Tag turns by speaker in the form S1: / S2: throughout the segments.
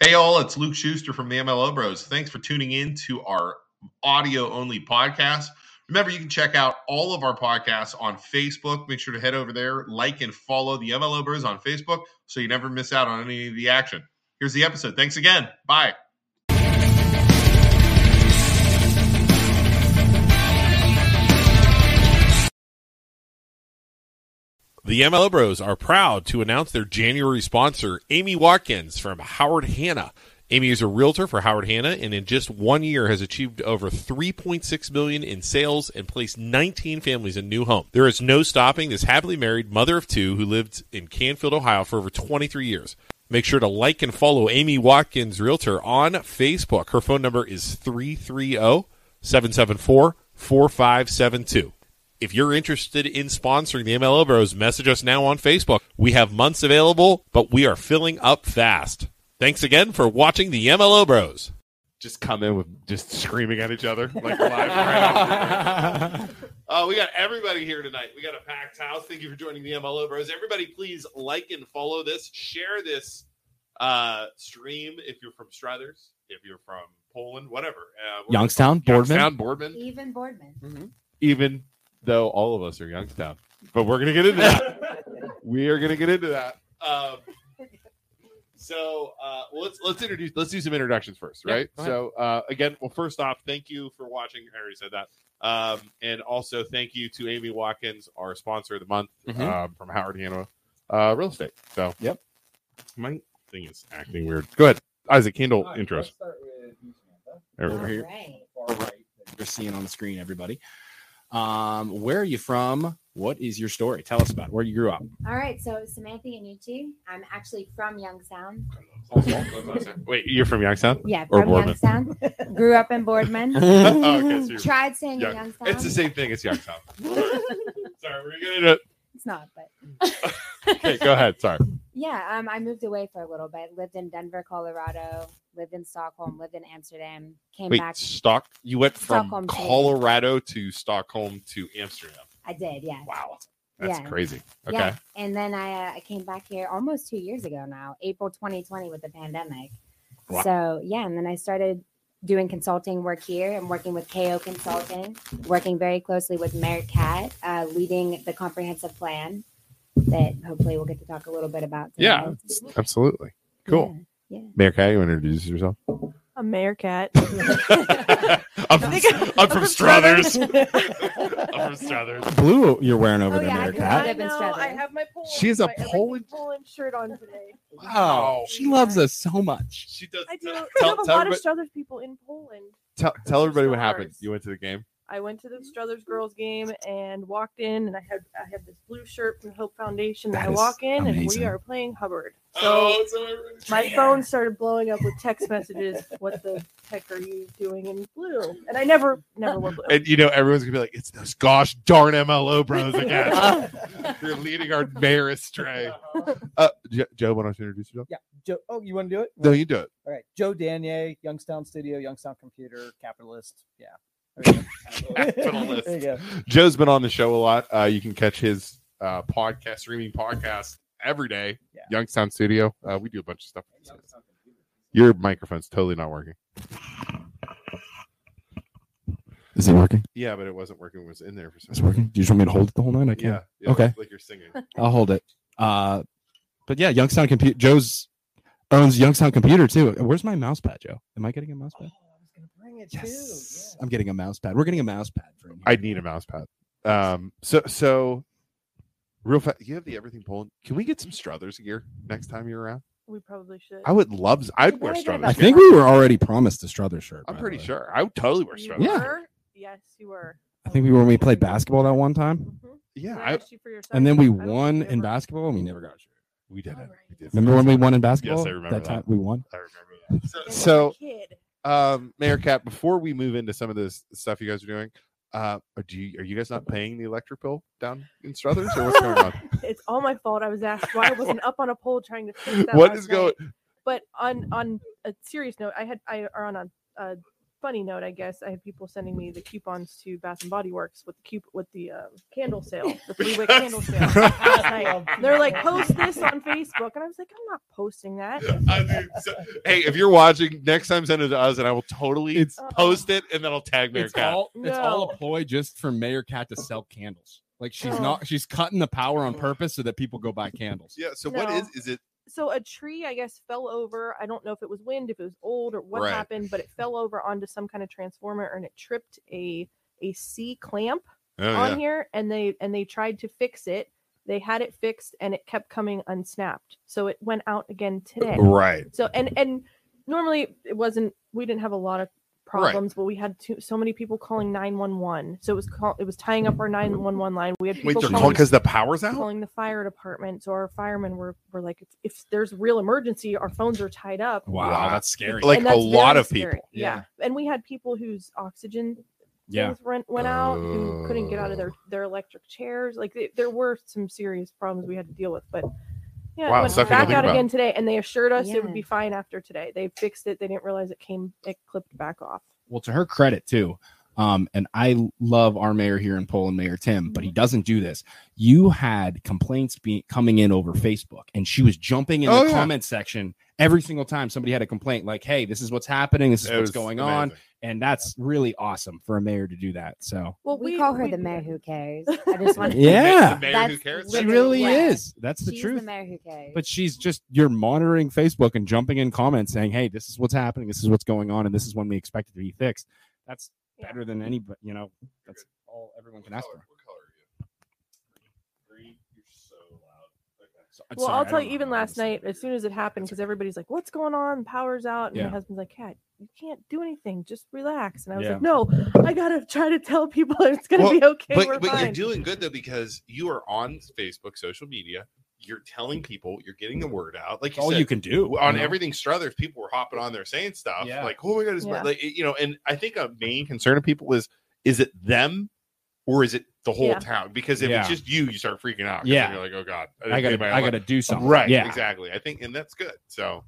S1: Hey, all, it's Luke Schuster from the MLO Bros. Thanks for tuning in to our audio only podcast. Remember, you can check out all of our podcasts on Facebook. Make sure to head over there, like and follow the MLO Bros on Facebook so you never miss out on any of the action. Here's the episode. Thanks again. Bye. The MLO Bros are proud to announce their January sponsor, Amy Watkins from Howard Hanna. Amy is a realtor for Howard Hanna and in just one year has achieved over 3.6 million in sales and placed 19 families in new home. There is no stopping this happily married mother of two who lived in Canfield, Ohio for over 23 years. Make sure to like and follow Amy Watkins Realtor on Facebook. Her phone number is oh, 330 774 4572. If you're interested in sponsoring the MLO Bros, message us now on Facebook. We have months available, but we are filling up fast. Thanks again for watching the MLO Bros.
S2: just come in with just screaming at each other like live. crowd. Uh, we got everybody here tonight. We got a packed house. Thank you for joining the MLO Bros. Everybody, please like and follow this. Share this uh, stream if you're from Struthers, if you're from Poland, whatever. Uh, we're-
S3: Youngstown, Boardman.
S2: Youngstown, Boardman.
S4: Even Boardman.
S2: Even though all of us are Youngstown, but we're gonna get into that. we are gonna get into that. Um, so uh, well, let's let's introduce let's do some introductions first,
S3: Yeah,
S2: right?
S3: go ahead.
S2: so uh, again, well, first off, thank you for watching. I already said that, um, and also thank you to Amy Watkins, our sponsor of the month
S3: Mhm.
S2: um, from Howard Hanna uh, Real Estate. So
S3: Yep.
S2: my thing is acting weird. Go ahead, Isaac. Handle
S5: All right,
S2: intros.
S5: let's start with you, Samantha.
S2: There we
S3: Over
S2: go.
S3: Alright. here.
S4: Right.
S5: Far right.
S3: You're seeing on the screen, everybody. Um, where are you from? What is your story? Tell us about it. where you grew up.
S4: All right. So Samantha Yanucci. I'm actually from Youngstown.
S2: Wait, you're from Youngstown?
S4: Yeah,
S2: Or
S4: from
S2: Boardman.
S4: Youngstown. Grew up in Boardman.
S3: Mm-hmm.
S2: Oh, okay, so you're-
S4: Tried staying in
S2: Yeah.
S4: Youngstown.
S2: it's the same thing. It's Youngstown. Sorry, Sorry, we're gonna do it.
S4: It's not, but
S2: Okay, go ahead. Sorry.
S4: yeah, um, I moved away for a little bit. Lived in Denver, Colorado. Lived in Stockholm. Lived in Amsterdam. Came
S2: Wait,
S4: back.
S2: Stock. You went from
S4: Stockholm, sorry.
S2: Colorado to Stockholm to Amsterdam.
S4: I did. Yeah.
S2: Wow, that's
S4: Yeah.
S2: crazy. Okay,
S4: Yeah. And then I, uh, I came back here almost two years ago now, April 2020 with the pandemic.
S3: Wow.
S4: So, yeah. And then I started doing consulting work here and working with KO Consulting, working very closely with Merritt Cat, uh, leading the comprehensive plan that hopefully we'll get to talk a little bit about.
S2: Yeah.
S4: tonight.
S2: absolutely cool.
S4: Yeah.
S2: Mayor Cat, you want to introduce yourself?
S6: A mayor cat.
S2: I'm from, I'm from Struthers. I'm from Struthers.
S3: Blue, you're wearing over
S4: Oh,
S3: there,
S4: yeah, I
S3: Mayor
S4: grew
S3: Cat.
S4: up-
S6: I
S4: Live in
S6: know.
S4: Stratford.
S6: I have my Poland.
S3: She has a
S6: my everything
S3: Poland-
S6: Poland shirt on today.
S2: Wow.
S3: Oh, she loves us so much.
S2: She does.
S6: I do.
S2: Tell,
S6: I have a
S2: tell
S6: lot of
S2: everybody-
S6: Struthers people in Poland.
S2: tell, tell everybody what happened.
S6: Stars.
S2: You went to the game.
S6: I went to the Struthers girls game and walked in, and I had I have this blue shirt from Hope Foundation that,
S3: That
S6: I
S3: is
S6: walk in, and
S3: amazing.
S6: we are playing Hubbard. So
S2: so everybody-
S6: my phone started blowing up with text messages. what the heck are you doing in blue? And I never never wore blue.
S2: And you know everyone's gonna be like, "It's those gosh darn MLO bros
S5: Ah,
S2: again. They're leading our mayor astray." Uh, Jo- Joe, why don't you introduce yourself?
S5: Joe, oh, you want to do it?
S2: No, you do it.
S5: All right. Joe Danier, Youngstown Studio, Youngstown Computer, Capitalist. Yeah. There you go.
S2: Capitalist.
S5: there you go.
S2: Joe's been on the show a lot. Uh, you can catch his uh, podcast, streaming podcast every day.
S5: Yeah.
S2: Youngstown Studio. Uh, we do a bunch of stuff. Your microphone's totally not working.
S3: Is it working?
S2: Yeah, but it wasn't working. It was in there for some
S3: It's working. Do you just want me to hold it the whole night? I can.
S2: Yeah.
S3: not
S2: yeah,
S3: Okay.
S2: Like you're singing.
S3: I'll hold it. Uh, but yeah, Youngstown Computer. Joe's owns Youngstown Computer too. Where's my mouse pad, Joe? Am I getting a mouse
S5: Oh, I
S3: pad?
S5: was going to bring it
S3: Yes,
S5: too.
S3: I'm getting a mouse pad. We're getting a mouse pad for him.
S2: I need a mouse pad. Um. So so. Real fast, you have the everything Poland. Can we get some Struthers gear next time you're around?
S6: we probably should.
S2: I would love. I'd
S6: Why
S2: wear
S6: did I
S2: Struthers.
S3: I
S6: Okay.
S2: gear.
S3: think we were already promised the Struthers shirt.
S2: I'm
S3: by the
S2: pretty
S3: way.
S2: sure. I would totally wear
S6: you
S2: Struthers.
S3: Yeah.
S2: gear.
S6: were? Yes, you were.
S3: I think we were when we played basketball that one time,
S6: Mhm.
S2: Yeah.
S6: When I
S2: I,
S6: asked you for your size,
S3: and then we
S6: I don't think
S3: won
S6: you
S3: in
S6: ever-
S3: basketball, and we never got a shirt.
S2: we did it.
S6: Alright.
S2: We did it.
S3: Remember when we won in basketball?
S2: remember that.
S3: time we won.
S2: I remember that.
S6: I was a
S2: So,
S6: kid.
S2: so um, Mayor Cat, before we move into some of this stuff you guys are doing, uh, are- do you, are you guys not paying the electric bill down in Struthers, or what's going on?
S6: it's all my fault. I was asked why I wasn't up on a poll trying to fix that.
S2: What
S6: last
S2: is going?
S6: night. But on on a serious note, I had I are on a, a funny note, I guess I have people sending me the coupons to Bath and Body Works with the cup- with the um, candle sale, the three wick candle sale. last night. They're like, post this on Facebook, and I was like, I'm not posting that.
S2: I mean, so- hey, if you're watching, next time send it to us, and I will totally
S3: It's-
S2: post it, and then I'll tag Mayor
S3: It's
S2: Cat.
S3: all it's all
S6: No.
S3: a ploy just for Mayor Cat to sell candles. Like she's
S6: Oh.
S3: not she's cutting the power on purpose so that people go buy candles.
S2: yeah. So what
S6: No.
S2: is is it?
S6: so a tree i guess fell over i don't know if it was wind if it was old or what
S2: Right.
S6: happened but it fell over onto some kind of transformer and it tripped a a c clamp
S2: Oh,
S6: on here and they and they tried to fix it they had it fixed and it kept coming unsnapped so it went out again today
S1: Right.
S6: so and and normally it wasn't we didn't have a lot of problems but we had too, so many people calling 911 so it was call, it was tying up our 911 line we had people
S2: Wait, they're
S6: calling
S2: calling because the power's out.
S6: calling the fire department. So our firemen were, were like, if, if there's real emergency, our phones are tied up.
S3: Wow,
S1: Wow.
S3: that's scary.
S1: Like
S6: And
S1: a
S6: that's
S1: lot
S6: very
S1: of people.
S6: scary. Yeah. And we had people whose oxygen
S3: yeah.
S6: things went, went out, who couldn't get out of their,
S1: Oh.
S6: their electric chairs. Like th- there were some serious problems we had to deal with, but yeah,
S2: Wow,
S6: it went
S2: something to
S6: back
S2: think
S6: out
S2: about.
S6: again today. And they assured us it
S4: Yeah.
S6: would be fine after today. They fixed it. They didn't realize it came, it clipped back off.
S3: well to her credit too um and i love our mayor here in poland mayor tim
S6: Mm-hmm.
S3: but he doesn't do this you had complaints being coming in over facebook and she was jumping in
S2: Oh,
S3: the
S2: yeah.
S3: comment section every single time somebody had a complaint like hey this is what's happening this is
S2: It
S3: what's
S2: was
S3: going on
S2: amazing.
S3: and that's really awesome for a mayor to do that so
S6: Well,
S4: we, call her the mayor who cares. I just want to
S3: yeah
S2: The mayor who
S4: That's
S2: cares.
S3: she
S4: literally
S3: really
S4: what-
S3: is that's the
S4: She's
S3: truth
S4: the mayor who cares.
S3: but she's just you're monitoring facebook and jumping in comments saying hey this is what's happening this is what's going on and this is when we expect it to be fixed that's
S6: Yeah.
S3: better than any but you know that's all everyone can ask for
S2: What color are you? Green. You're so loud.
S3: So- I'm
S6: Well,
S3: sorry, I
S6: I'll
S3: don't
S6: tell
S3: know
S6: you, even
S3: how to
S6: last
S3: say
S6: night,
S3: it.
S6: as soon as it happened, because everybody's like, "What's going on? Power's out," and
S3: Yeah.
S6: my husband's like, "Cat, you can't do anything. Just relax." And I was
S3: Yeah.
S6: like, "No, I gotta try to tell people it's gonna
S2: Well,
S6: be okay. We're
S2: But but you're
S6: fine."
S2: doing good though because you are on Facebook, social media. You're telling people. You're getting the word out. Like
S3: It's
S2: you
S3: all
S2: said,
S3: Oh, you can do
S2: on
S3: you know?
S2: everything Struthers, people were hopping on there saying stuff
S3: Yeah.
S2: like, "Oh my god," it's my-"
S6: Yeah.
S2: like you know. And I think a main concern of people is, is it them or is it the whole
S6: Yeah.
S2: town? Because if
S3: Yeah.
S2: it's just you, you start freaking out. 'cause
S3: Yeah.
S2: then you're like, "Oh god,
S3: I
S2: didn't pay
S3: gotta,
S2: my
S3: I
S2: elec-"
S3: gotta do something.
S2: right,
S3: Yeah.
S2: exactly." I think, and that's good. So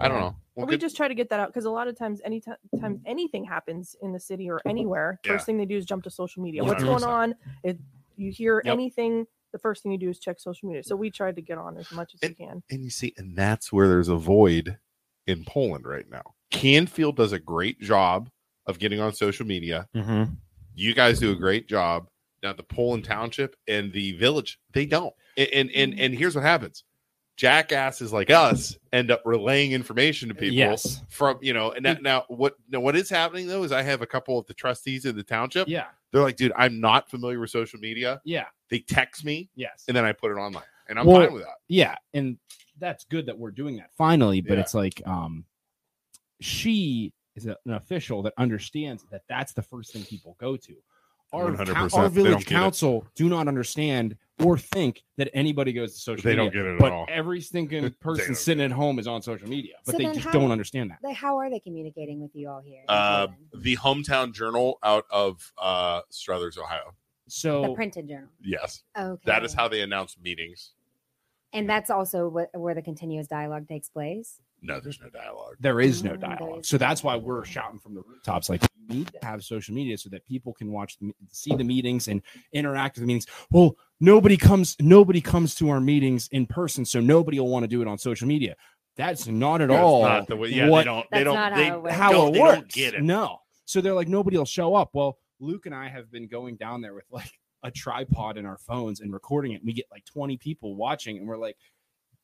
S2: I don't know. Well,
S6: we
S2: good-
S6: just try to get that out because a lot of times, anytime time anything happens in the city or anywhere,
S2: Yeah.
S6: first thing they do is jump to social media.
S3: Yeah.
S6: What's going on? If you hear
S2: Yep.
S6: anything, the first thing you do is check social media. So we tried to get on as much as
S2: And-
S6: we can.
S2: and you see, and that's where there's a void in Poland right now. Canfield does a great job of getting on social media.
S3: Mm-hmm.
S2: you guys do a great job. Now the Poland Township and the village, they don't. And and and,
S3: Mm.
S2: and here's what happens: jackasses like us end up relaying information to people
S3: Yes. Mm.
S2: from you know. And now, now what now what is happening though is I have a couple of the trustees in the township.
S3: Yeah.
S2: They're like, dude, I'm not familiar with social media.
S3: Yeah.
S2: They text me
S3: Yes.
S2: and then I put it online, and I'm
S3: Well-
S2: fine with that.
S3: yeah and that's good that we're doing that finally but
S2: Yeah.
S3: it's like um she is a- an official that understands that that's the first thing people go to our, cou-
S2: 100%,
S3: our
S2: they don't get it.
S3: village council do not understand or think that anybody goes to social
S2: They
S3: media
S2: don't get it at
S3: but
S2: all.
S3: every
S2: They
S3: stinking
S2: don't get
S3: person
S2: it.
S3: sitting at home is on social media but
S4: So
S3: they
S4: then
S3: just
S4: how-
S3: don't understand that
S4: Like, how are they communicating with you all here? in
S2: Uh,
S4: Portland?
S2: the hometown journal out of uh, Struthers, Ohio.
S4: the
S3: so
S4: printed journal.
S2: Yes,
S4: Okay.
S2: that is how they announce meetings.
S4: And that's also what, where the continuous dialogue takes place.
S2: No, there's no dialogue.
S3: there is no
S4: Mm, there
S3: dialogue
S4: is
S3: so
S4: no
S3: that's why
S4: dialogue.
S3: we're shouting from the rooftops like you need to have social media so that people can watch the, see the meetings and interact with the meetings well nobody comes nobody comes to our meetings in person so nobody will want to do it on social media that's not at
S2: That's
S3: all
S2: not the way. Yeah,
S3: what-
S2: they don't. Oh, They
S4: That's
S2: don't.
S4: not
S2: they,
S4: how it works.
S3: how
S2: don't-
S3: it
S2: they don't
S3: works
S2: get it.
S3: no so they're like nobody will show up well luke and i have been going down there with like a tripod in our phones and recording it we get like 20 people watching and we're like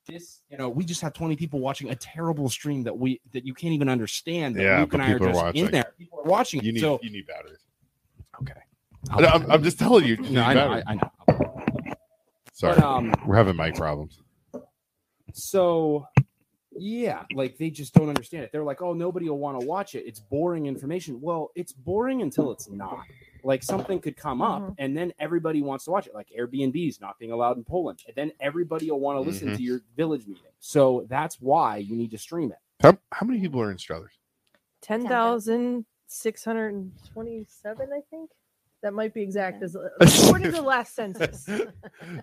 S3: this you know we just have 20 people watching a terrible stream that we that you can't even understand that
S2: Yeah,
S3: luke
S2: but
S3: and i are
S2: people are
S3: just in
S2: watching.
S3: there people are watching
S2: You
S3: it.
S2: need
S3: so
S2: you need batteries.
S3: okay
S2: No, I'm, I'm just telling you. you
S3: No,
S2: need
S3: I know,
S2: batteries.
S3: I, I know.
S2: Sorry,
S3: But, um,
S2: we're having mic problems.
S3: so yeah like they just don't understand it they're like oh nobody will want to watch it it's boring information well it's boring until it's not like something could come up
S6: Mhm.
S3: and then everybody wants to watch it like airbnb's not being allowed in poland and then everybody will want to listen
S2: Mhm.
S3: to your village meeting so that's why you need to stream it
S2: How, how many people are in Struthers?
S6: Ten thousand six hundred and twenty-seven, I think. That might be exact. As uh, according to the last census, I think-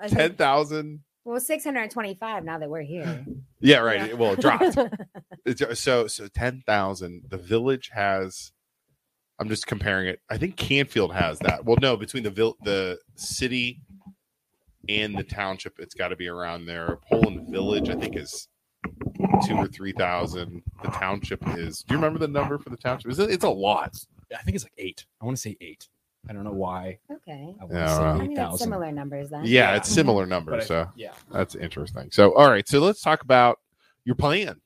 S2: Ten thousand.
S4: Well, 625 now that we're here.
S2: Yeah, right.
S6: Yeah.
S2: uh, Well, it dropped. It's- so so ten thousand. The village has I'm just comparing it. I think Canfield has that. Well, no, between the vil- the city and the township, it's got to be around there. Poland Village, I think, is two or three thousand. The township is. Do you remember the number for the township? It's a, it's a lot.
S3: I think it's like eight. I want to say eight. I don't know why.
S4: Okay.
S3: I
S2: Yeah,
S4: I
S2: around
S3: want to
S4: mean, that's
S3: say eight
S4: similar numbers then.
S2: Yeah, it's similar
S3: But I-
S2: numbers. So
S3: Yeah.
S2: that's interesting. So all right, so let's talk about your plan.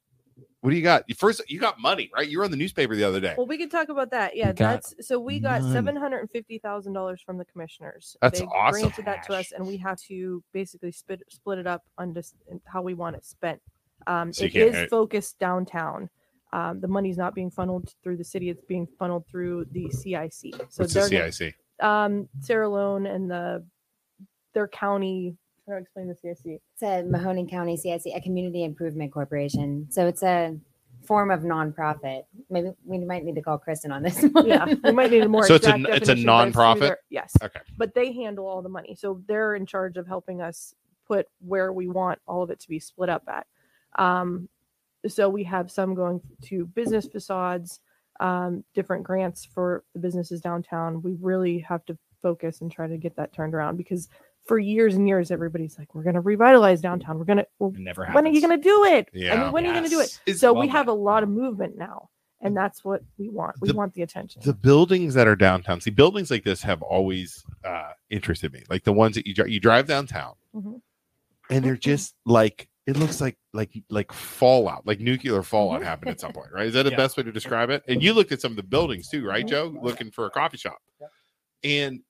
S2: What do you got? First, you got money, right? You were on the newspaper the other day.
S6: Well, we could talk about that. Yeah,
S3: We got
S6: that's so we got
S3: none.
S6: seven hundred and fifty thousand dollars from the commissioners.
S2: That's
S6: they
S2: awesome.
S6: Granted that to
S3: Cash.
S6: us, and we have to basically split split it up on just how we want it spent. Um,
S2: So you
S6: it
S2: can't-
S6: is focused downtown. Um, the money's not being funneled through the city; it's being funneled through the CIC. So
S2: What's the
S6: they're gonna-
S2: CIC?
S6: um, Sarah Loan and the their county. How do I explain the CIC?
S4: It's a Mahoning County CIC, a community improvement corporation. So it's a form of nonprofit. Maybe we might need to call Kristen on this. one.
S6: yeah, we might need a more.
S2: So it's a-
S6: exact
S2: it's a
S6: definition, but through
S2: nonprofit?
S6: their- Yes.
S2: Okay.
S6: But they handle all the money, so they're in charge of helping us put where we want all of it to be split up at. Um, so we have some going to business facades, um, different grants for the businesses downtown. We really have to focus and try to get that turned around because for years and years everybody's like, we're going to revitalize downtown. We're going to. Well,
S3: It never
S6: when are you going to do it? I
S2: Yeah.
S6: mean, when are you going to do it?
S2: Is-
S6: so
S3: Love
S6: we have
S3: that.
S6: a lot of movement now, and that's what we want. We
S2: The-
S6: want the attention.
S2: the buildings that are downtown see buildings like this have always uh interested me like the ones that you drive you drive downtown
S6: Mhm.
S2: and they're just like it looks like like like fallout like nuclear fallout happened at some point right is that the
S3: Yeah.
S2: best way to describe it and you looked at some of the buildings too right joe looking for a coffee shop
S7: Yep.
S2: and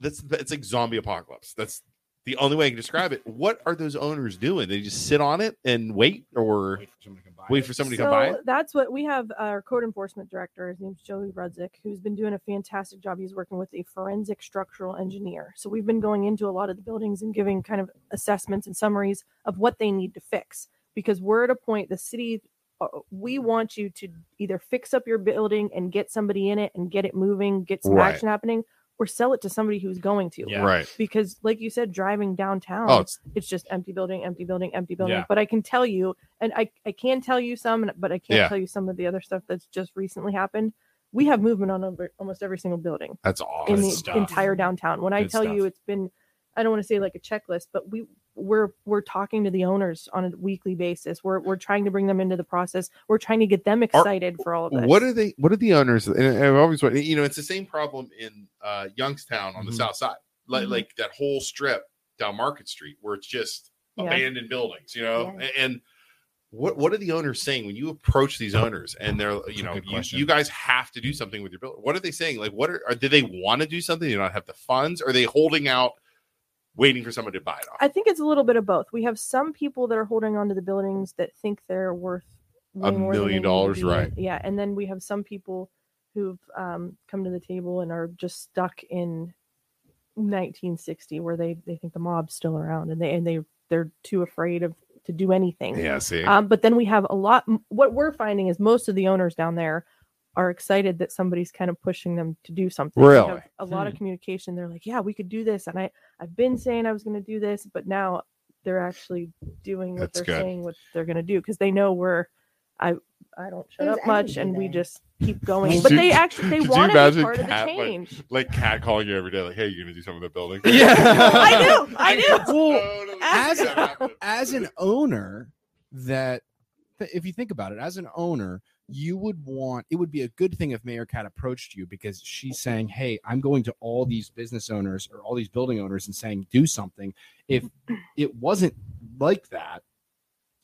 S2: that's it's like zombie apocalypse that's the only way i can describe it what are those owners doing they just sit on it and wait or
S3: Wait for somebody to come by.
S2: wait for somebody to come by it?
S6: that's what we have. Our code enforcement director, his name's Joey Rudzik, who's been doing a fantastic job. He's working with a forensic structural engineer. So we've been going into a lot of the buildings and giving kind of assessments and summaries of what they need to fix because we're at a point the city. uh, We want you to either fix up your building and get somebody in it and get it moving, get some
S2: Right.
S6: action happening, or sell it to somebody who's going to.
S3: Yeah.
S2: right
S6: because like you said driving downtown
S2: oh
S6: it's,
S2: it's
S6: just empty building empty building empty building
S3: Yeah.
S6: but i can tell you and i i can tell you some but i can't
S2: Yeah.
S6: tell you some of the other stuff that's just recently happened we have movement on over, almost every single building
S2: that's
S6: in
S2: awesome
S6: the
S3: Good stuff.
S6: entire downtown when i
S3: Good
S6: tell you
S3: stuff.
S6: it's been i don't want to say like a checklist but we we're we're talking to the owners on a weekly basis we're we're trying to bring them into the process we're trying to get them excited for all of this
S2: What are they? What are the owners? And I've always, wondered- you know, it's the same problem in uh, Youngstown on the
S3: Mhm.
S2: south side, like
S6: Mhm.
S2: like that whole strip down Market Street where it's just
S6: Yeah.
S2: abandoned buildings, you know.
S4: Yeah.
S2: A- And what what are the owners saying when you approach these owners and they're, you know,
S3: good
S2: you,
S3: question.
S2: you guys have to do something with your building? What are they saying? Like, what are, are do they want to do something? They don't have the funds? Are they holding out, waiting for someone to buy it off?
S6: I think it's a little bit of both. We have some people that are holding on to the buildings that think they're worth way
S2: A
S6: more than they
S2: million
S6: need to
S2: dollars,
S6: be.
S2: right.
S6: Yeah, and then we have some people who've um, come to the table and are just stuck in 1960, where they they think the mob's still around, and they and they they're too afraid of to do anything.
S2: yeah, see,
S6: Um, but then we have a lot. m- What we're finding is most of the owners down there are excited that somebody's kind of pushing them to do something. We
S2: Really?
S6: have a lot
S4: Hmm.
S6: of communication. They're like, "Yeah, we could do this," and I I've been saying I was going to do this, but now they're actually doing what
S2: That's
S6: they're
S2: good.
S6: saying what they're going to do because they know we're I I don't shut
S4: There's
S6: up much,
S4: energy
S6: and we
S4: there.
S6: just keep going.
S2: Did
S6: But
S2: you-
S6: they actually they
S2: did you
S6: want to be
S2: imagine
S6: part of the
S2: Kat, like-
S6: change.
S2: like cat calling you every day, like, hey, you're gonna do something with the building.
S3: Yeah.
S6: I do. I do.
S3: Well,
S2: Totally
S3: as-
S2: see that happen.
S3: as an owner, that th- if you think about it, as an owner, you would want it would be a good thing if Mayor Cat approached you because she's saying, "Hey, I'm going to all these business owners or all these building owners and saying do something." If it wasn't like that,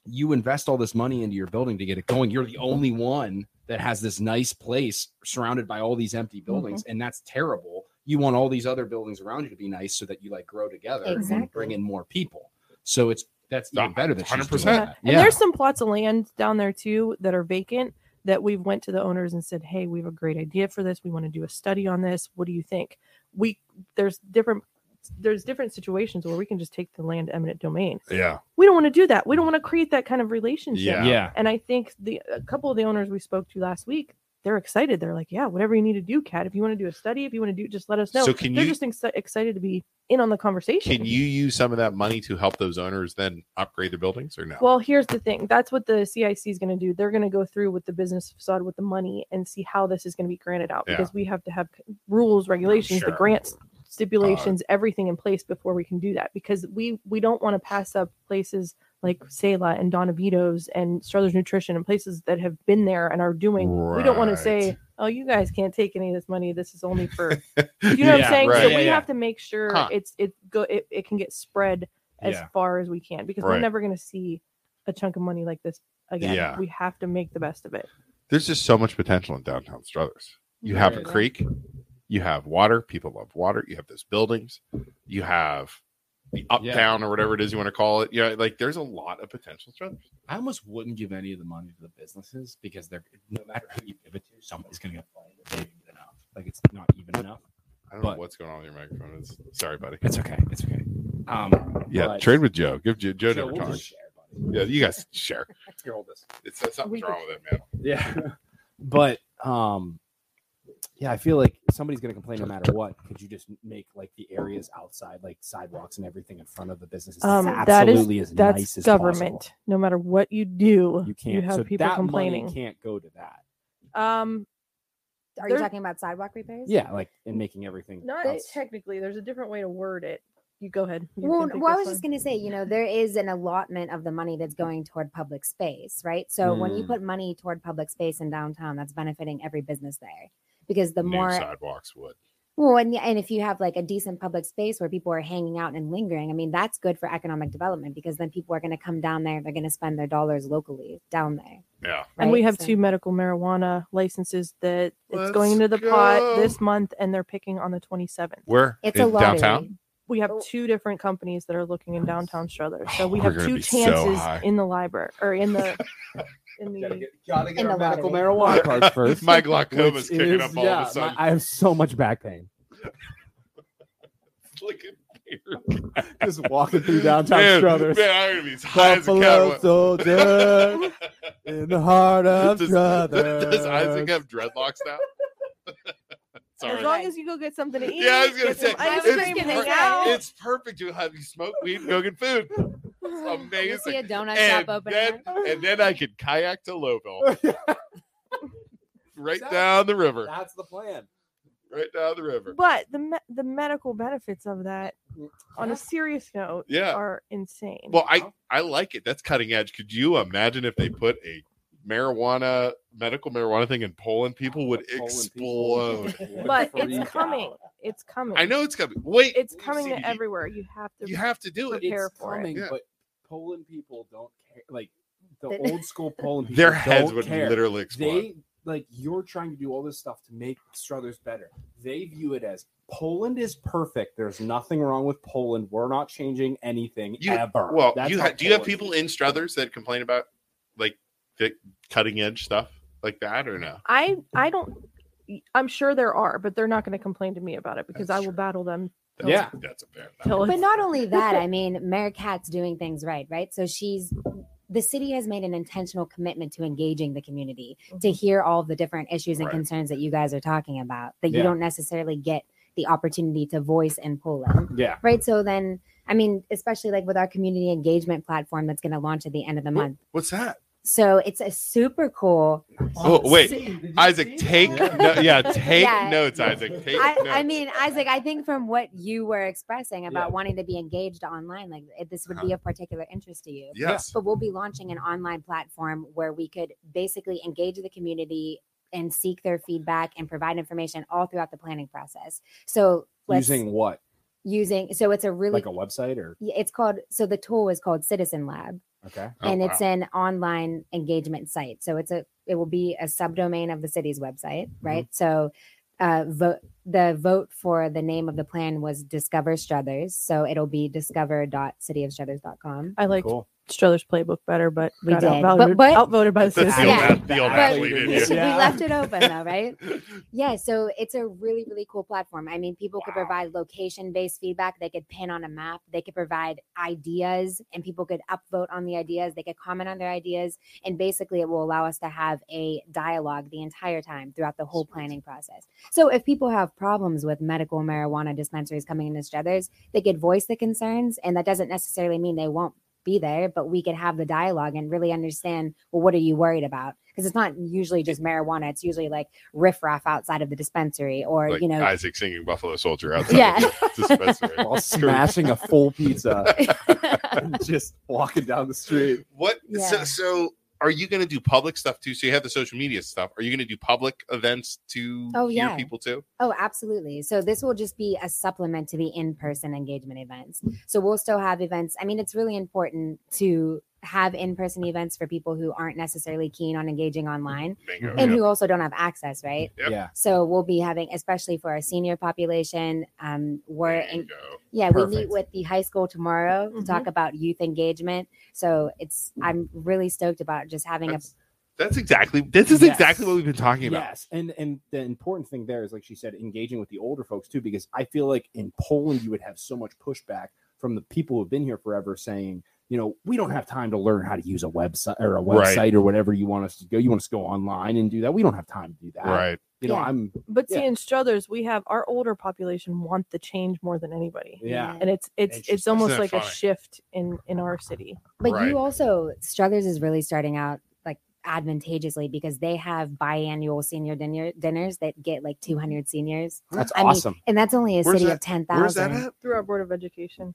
S3: you invest all this money into your building to get it going. You're the only one that has this nice place surrounded by all these empty buildings, and that's terrible. You want all these other buildings around you to be nice so that you like grow together
S4: Exactly.
S3: and bring in more people. So it's that's even
S2: Uh,
S3: better than
S2: 100%.
S6: And there's some plots of land down there too that are vacant that we've went to the owners and said, "Hey, we have a great idea for this. We want to do a study on this. What do you think?" We there's different there's different situations where we can just take the land eminent domain.
S2: yeah,
S6: We don't want to do that. We don't want to create that kind of relationship.
S2: Yeah.
S3: yeah.
S6: And I think the a couple of the owners we spoke to last week, they're excited. They're like, yeah, whatever you need to do, Kat. If you want to do a study, if you want to do, just let us know.
S2: So can
S6: they're
S2: you-
S6: just ex- excited to be in on the conversation.
S2: Can you use some of that money to help those owners then upgrade their buildings or no?
S6: Well, here's the thing. That's what the CIC is going to do. They're going to go through with the business facade with the money and see how this is going to be granted out
S2: Yeah. Oh,
S6: because we have to have c- rules, regulations,
S2: sure. Uh,
S6: the grants, stipulations, everything in place before we can do that because we we don't want to pass up places like Sela and Donavito's and Struthers Nutrition and places that have been there and are doing. We don't want to
S2: Right.
S6: say, "Oh, you guys can't take any of this money. This is only for." Do you know what
S3: Yeah,
S6: I'm saying?
S2: right.
S6: So
S3: Yeah,
S6: we
S3: yeah.
S6: have to make sure
S2: Huh.
S6: it's it go it, it can get spread as
S3: Yeah.
S6: far as we can because
S2: Right.
S6: we're never going to see a chunk of money like this again.
S2: Yeah.
S6: We have to make the best of it.
S2: There's just so much potential in downtown Struthers. You have a
S3: Right.
S2: creek, you have water. People love water. You have those buildings. You have the uptown or whatever it is you want to call it. Yeah, like there's a lot of potential Struthers.
S3: I almost wouldn't give any of the money to the businesses because they're no matter who you give it to, somebody's going to complain that they didn't get enough. Like it's not even enough.
S2: I don't know
S3: But-
S2: what's going on with your microphone. It's, sorry, buddy.
S3: It's okay. It's okay. Um,
S2: Yeah,
S3: but-
S2: trade with Joe. Give Joe, Joe
S3: Joe,
S2: never
S3: we'll
S2: talks.
S3: just share, buddy.
S2: Yeah, you guys share.
S3: Let's get all this.
S2: It's uh, something's
S6: We
S2: wrong with it, man.
S3: Yeah. but um yeah, I feel like somebody's gonna complain no matter what. Could you just make like the areas outside, like sidewalks and everything in front of the businesses
S6: Um,
S3: as
S6: that is-
S3: absolutely as
S6: That's
S3: nice as
S6: government.
S3: possible?
S6: No matter what you do,
S3: You can't
S6: have
S3: so
S6: people
S3: that money
S6: complaining.
S3: can't go to that.
S6: Um,
S4: Are
S6: There-
S4: you talking about sidewalk repairs?
S3: Yeah, like and making everything
S6: not
S3: outs-
S6: technically. There's a different way to word it. You go ahead. You
S4: Well,
S6: can take
S4: well, I
S6: this
S4: was just going to say, you know, there is an allotment of the money that's going toward public space, right? So when you
S3: Mm.
S4: put money toward public space in downtown, that's benefiting every business there because the
S2: New
S4: more,
S2: sidewalks would.
S4: well, and, and if you have like a decent public space where people are hanging out and lingering, I mean, that's good for economic development because then people are going to come down there. They're going to spend their dollars locally down there.
S2: Yeah.
S6: And we
S4: right?
S6: have
S4: So-
S6: two medical marijuana licenses that it's going
S2: Let's
S6: into the pot
S2: go.
S6: this month, and they're picking on the 27th.
S2: Where?
S4: It's
S2: In
S4: a lottery.
S2: downtown.
S6: we have
S4: Oh.
S6: two different companies that are looking
S2: Oh,
S6: in downtown Struthers. So we
S2: We're
S6: have
S2: gonna
S6: two
S2: be so
S6: chances
S2: high.
S6: in the library or in the
S5: Gotta
S6: in the
S5: get, gotta get
S4: In
S5: our
S4: the
S5: medical
S4: lottery.
S5: marijuana cards first.
S2: My
S3: which
S2: glaucoma's kicking
S3: is-
S2: up all
S3: yeah,
S2: of a
S3: my-
S2: sudden.
S3: I have so much back pain.
S2: Look at here.
S3: Just walking through downtown Struthers.
S2: Man, I'm gonna be as high as a
S3: Buffalo
S2: cat.
S3: soldier in the heart of
S2: Does,
S3: Struthers.
S2: does Isaac have dreadlocks now?
S6: as
S2: Sorry.
S6: long as you go get something to eat.
S2: Yeah, I was gonna
S6: get some
S2: say,
S6: ice
S4: it's
S6: cream,
S4: per-
S6: hang out.
S2: it's perfect to have you smoke weed and go get food. It's
S4: You'll see
S2: amazing.
S4: a donut
S2: And
S4: shop opening.
S2: then,
S4: up.
S2: and then I could kayak to Lowville, right
S3: Exactly.
S2: down the river,
S3: That's the plan.
S2: right down the river.
S6: but the me- the medical benefits of that, on
S3: Yeah.
S6: a serious note,
S2: Yeah.
S6: are insane.
S2: Well, I I like it. That's cutting edge. Could you imagine if they put a marijuana medical marijuana thing in Poland? People would explode.
S6: but
S3: Freak
S6: it's coming.
S3: out.
S6: It's coming.
S2: I know it's coming. Wait,
S6: It's
S2: we've
S6: coming
S2: seen
S6: to
S2: it.
S6: everywhere. You have to.
S2: You have to do it.
S6: It's prepare
S3: It's
S6: for it.
S3: coming,
S2: Yeah.
S3: but Poland people don't care. Like the
S4: They-
S3: old school Poland people,
S2: Their heads
S3: don't
S2: would
S3: care.
S2: literally explode.
S3: They like you're trying to do all this stuff to make Struthers better. They view it as Poland is perfect. There's nothing wrong with Poland. We're not changing anything
S2: You-
S3: ever.
S2: well,
S3: That's
S2: you
S3: how
S2: ha- do you have
S3: Poland-
S2: people in Struthers that complain about like the cutting edge stuff like that or no?
S6: I I don't. I'm sure there are, but they're not going to complain to me about it because
S2: That's
S6: I
S2: true.
S6: will battle them
S2: That's- that's a fair.
S6: till
S4: But not only that, I mean, Mayor Kat's doing things right, right? So she's the city has made an intentional commitment to engaging the community
S6: Mm-hmm.
S4: to hear all the different issues and
S2: Right.
S4: concerns that you guys are talking about that
S3: Yeah.
S4: you don't necessarily get the opportunity to voice and pull in
S3: Yeah,
S4: right? So then, I mean, especially like with our community engagement platform that's going to launch at the end of the month.
S2: What's that?
S4: So it's a super cool.
S2: Oh, wait, Isaac, take
S3: Yeah.
S2: no, yeah, take
S4: Yeah.
S2: notes, Isaac. Take
S4: I,
S2: notes.
S4: I mean, Isaac, I think from what you were expressing about
S3: Yeah. Uh-huh.
S4: wanting to be engaged online, like it- this would be of particular interest to you.
S2: yes,
S4: But we'll be launching an online platform where we could basically engage the community and seek their feedback and provide information all throughout the planning process. So let's
S3: using what?
S4: using so it's a really
S3: Like a website or
S4: yeah, it's called so the tool is called Citizen Lab
S3: okay?
S2: Oh,
S4: and
S2: wow.
S4: it's an online engagement site. So it's a it will be a subdomain of the city's website,
S2: Mm-hmm.
S4: right? So uh vote the vote for the name of the plan was Discover Struthers. So it'll be discover.cityofstruthers.com.
S6: I like
S3: Cool.
S6: Struthers playbook better, but
S4: We
S6: got
S4: did.
S6: outvoted,
S4: But- but-
S6: outvoted by the
S2: That's the
S6: citizens.
S2: old,
S4: Yeah.
S2: ath- the old
S4: But-
S2: athlete in you.
S4: we
S5: Yeah.
S4: left it open though, right? Yeah, so it's a really, really cool platform. I mean, people could provide location based feedback. They could pin on a map. They could provide ideas and people could upvote on the ideas. They could comment on their ideas. And basically, it will allow us to have a dialogue the entire time throughout the whole planning process. So if people have problems with medical marijuana dispensaries coming into Struthers, they could voice the concerns. And that doesn't necessarily mean they won't be there, but we could have the dialogue and really understand well, what are you worried about? Because it's not usually just marijuana, it's usually like riffraff outside of the dispensary or,
S2: Like
S4: you know,
S2: Isaac singing Buffalo Soldier outside
S4: Yeah.
S2: yeah. the dispensary.
S3: while smashing a full pizza and just walking down the street.
S2: What? So,
S4: Yeah.
S2: so are you going to do public stuff too? So you have the social media stuff. Are you going to do public events to
S4: Oh,
S2: hear
S4: yeah.
S2: people too?
S4: Oh, absolutely. So this will just be a supplement to the in-person engagement events. So we'll still have events. I mean, it's really important to have in-person events for people who aren't necessarily keen on engaging online
S2: Bingo.
S4: and
S2: yeah.
S4: who also don't have access, right?
S2: Yep.
S3: Yeah.
S4: So we'll be having, especially for our senior population, um, we're in,
S2: Bingo.
S4: yeah, we meet
S3: Perfect.
S4: with the high school tomorrow to talk
S6: Mm-hmm.
S4: about youth engagement. So it's I'm really stoked about just having a
S2: That's, that's exactly. This is
S3: Yes.
S2: exactly what we've been talking about.
S3: Yes, and and the important thing there is, like she said, engaging with the older folks too, because I feel like in Poland you would have so much pushback from the people who've been here forever saying, you know, we don't have time to learn how to use a website or a
S2: Right.
S3: website or whatever you want us to go. You want us to go online and do that? We don't have time to do that.
S2: Right.
S3: You know,
S4: Yeah.
S3: I'm
S6: But see,
S3: Yeah.
S6: in Struthers, we have our older population want the change more than anybody,
S3: yeah.
S6: and it's it's it's
S2: Interesting.
S6: almost
S2: Isn't
S6: like
S2: that
S6: a
S2: funny?
S6: shift in in our city.
S4: But
S2: Right.
S4: you also Struthers is really starting out like advantageously because they have biannual senior dinner dinners that get like 200 seniors,
S3: That's
S4: I mean,
S3: awesome.
S4: and that's only a
S2: Where's
S4: city
S2: that-
S4: of 10,000.
S2: Where's that at?
S6: Through our board of
S4: I
S6: education,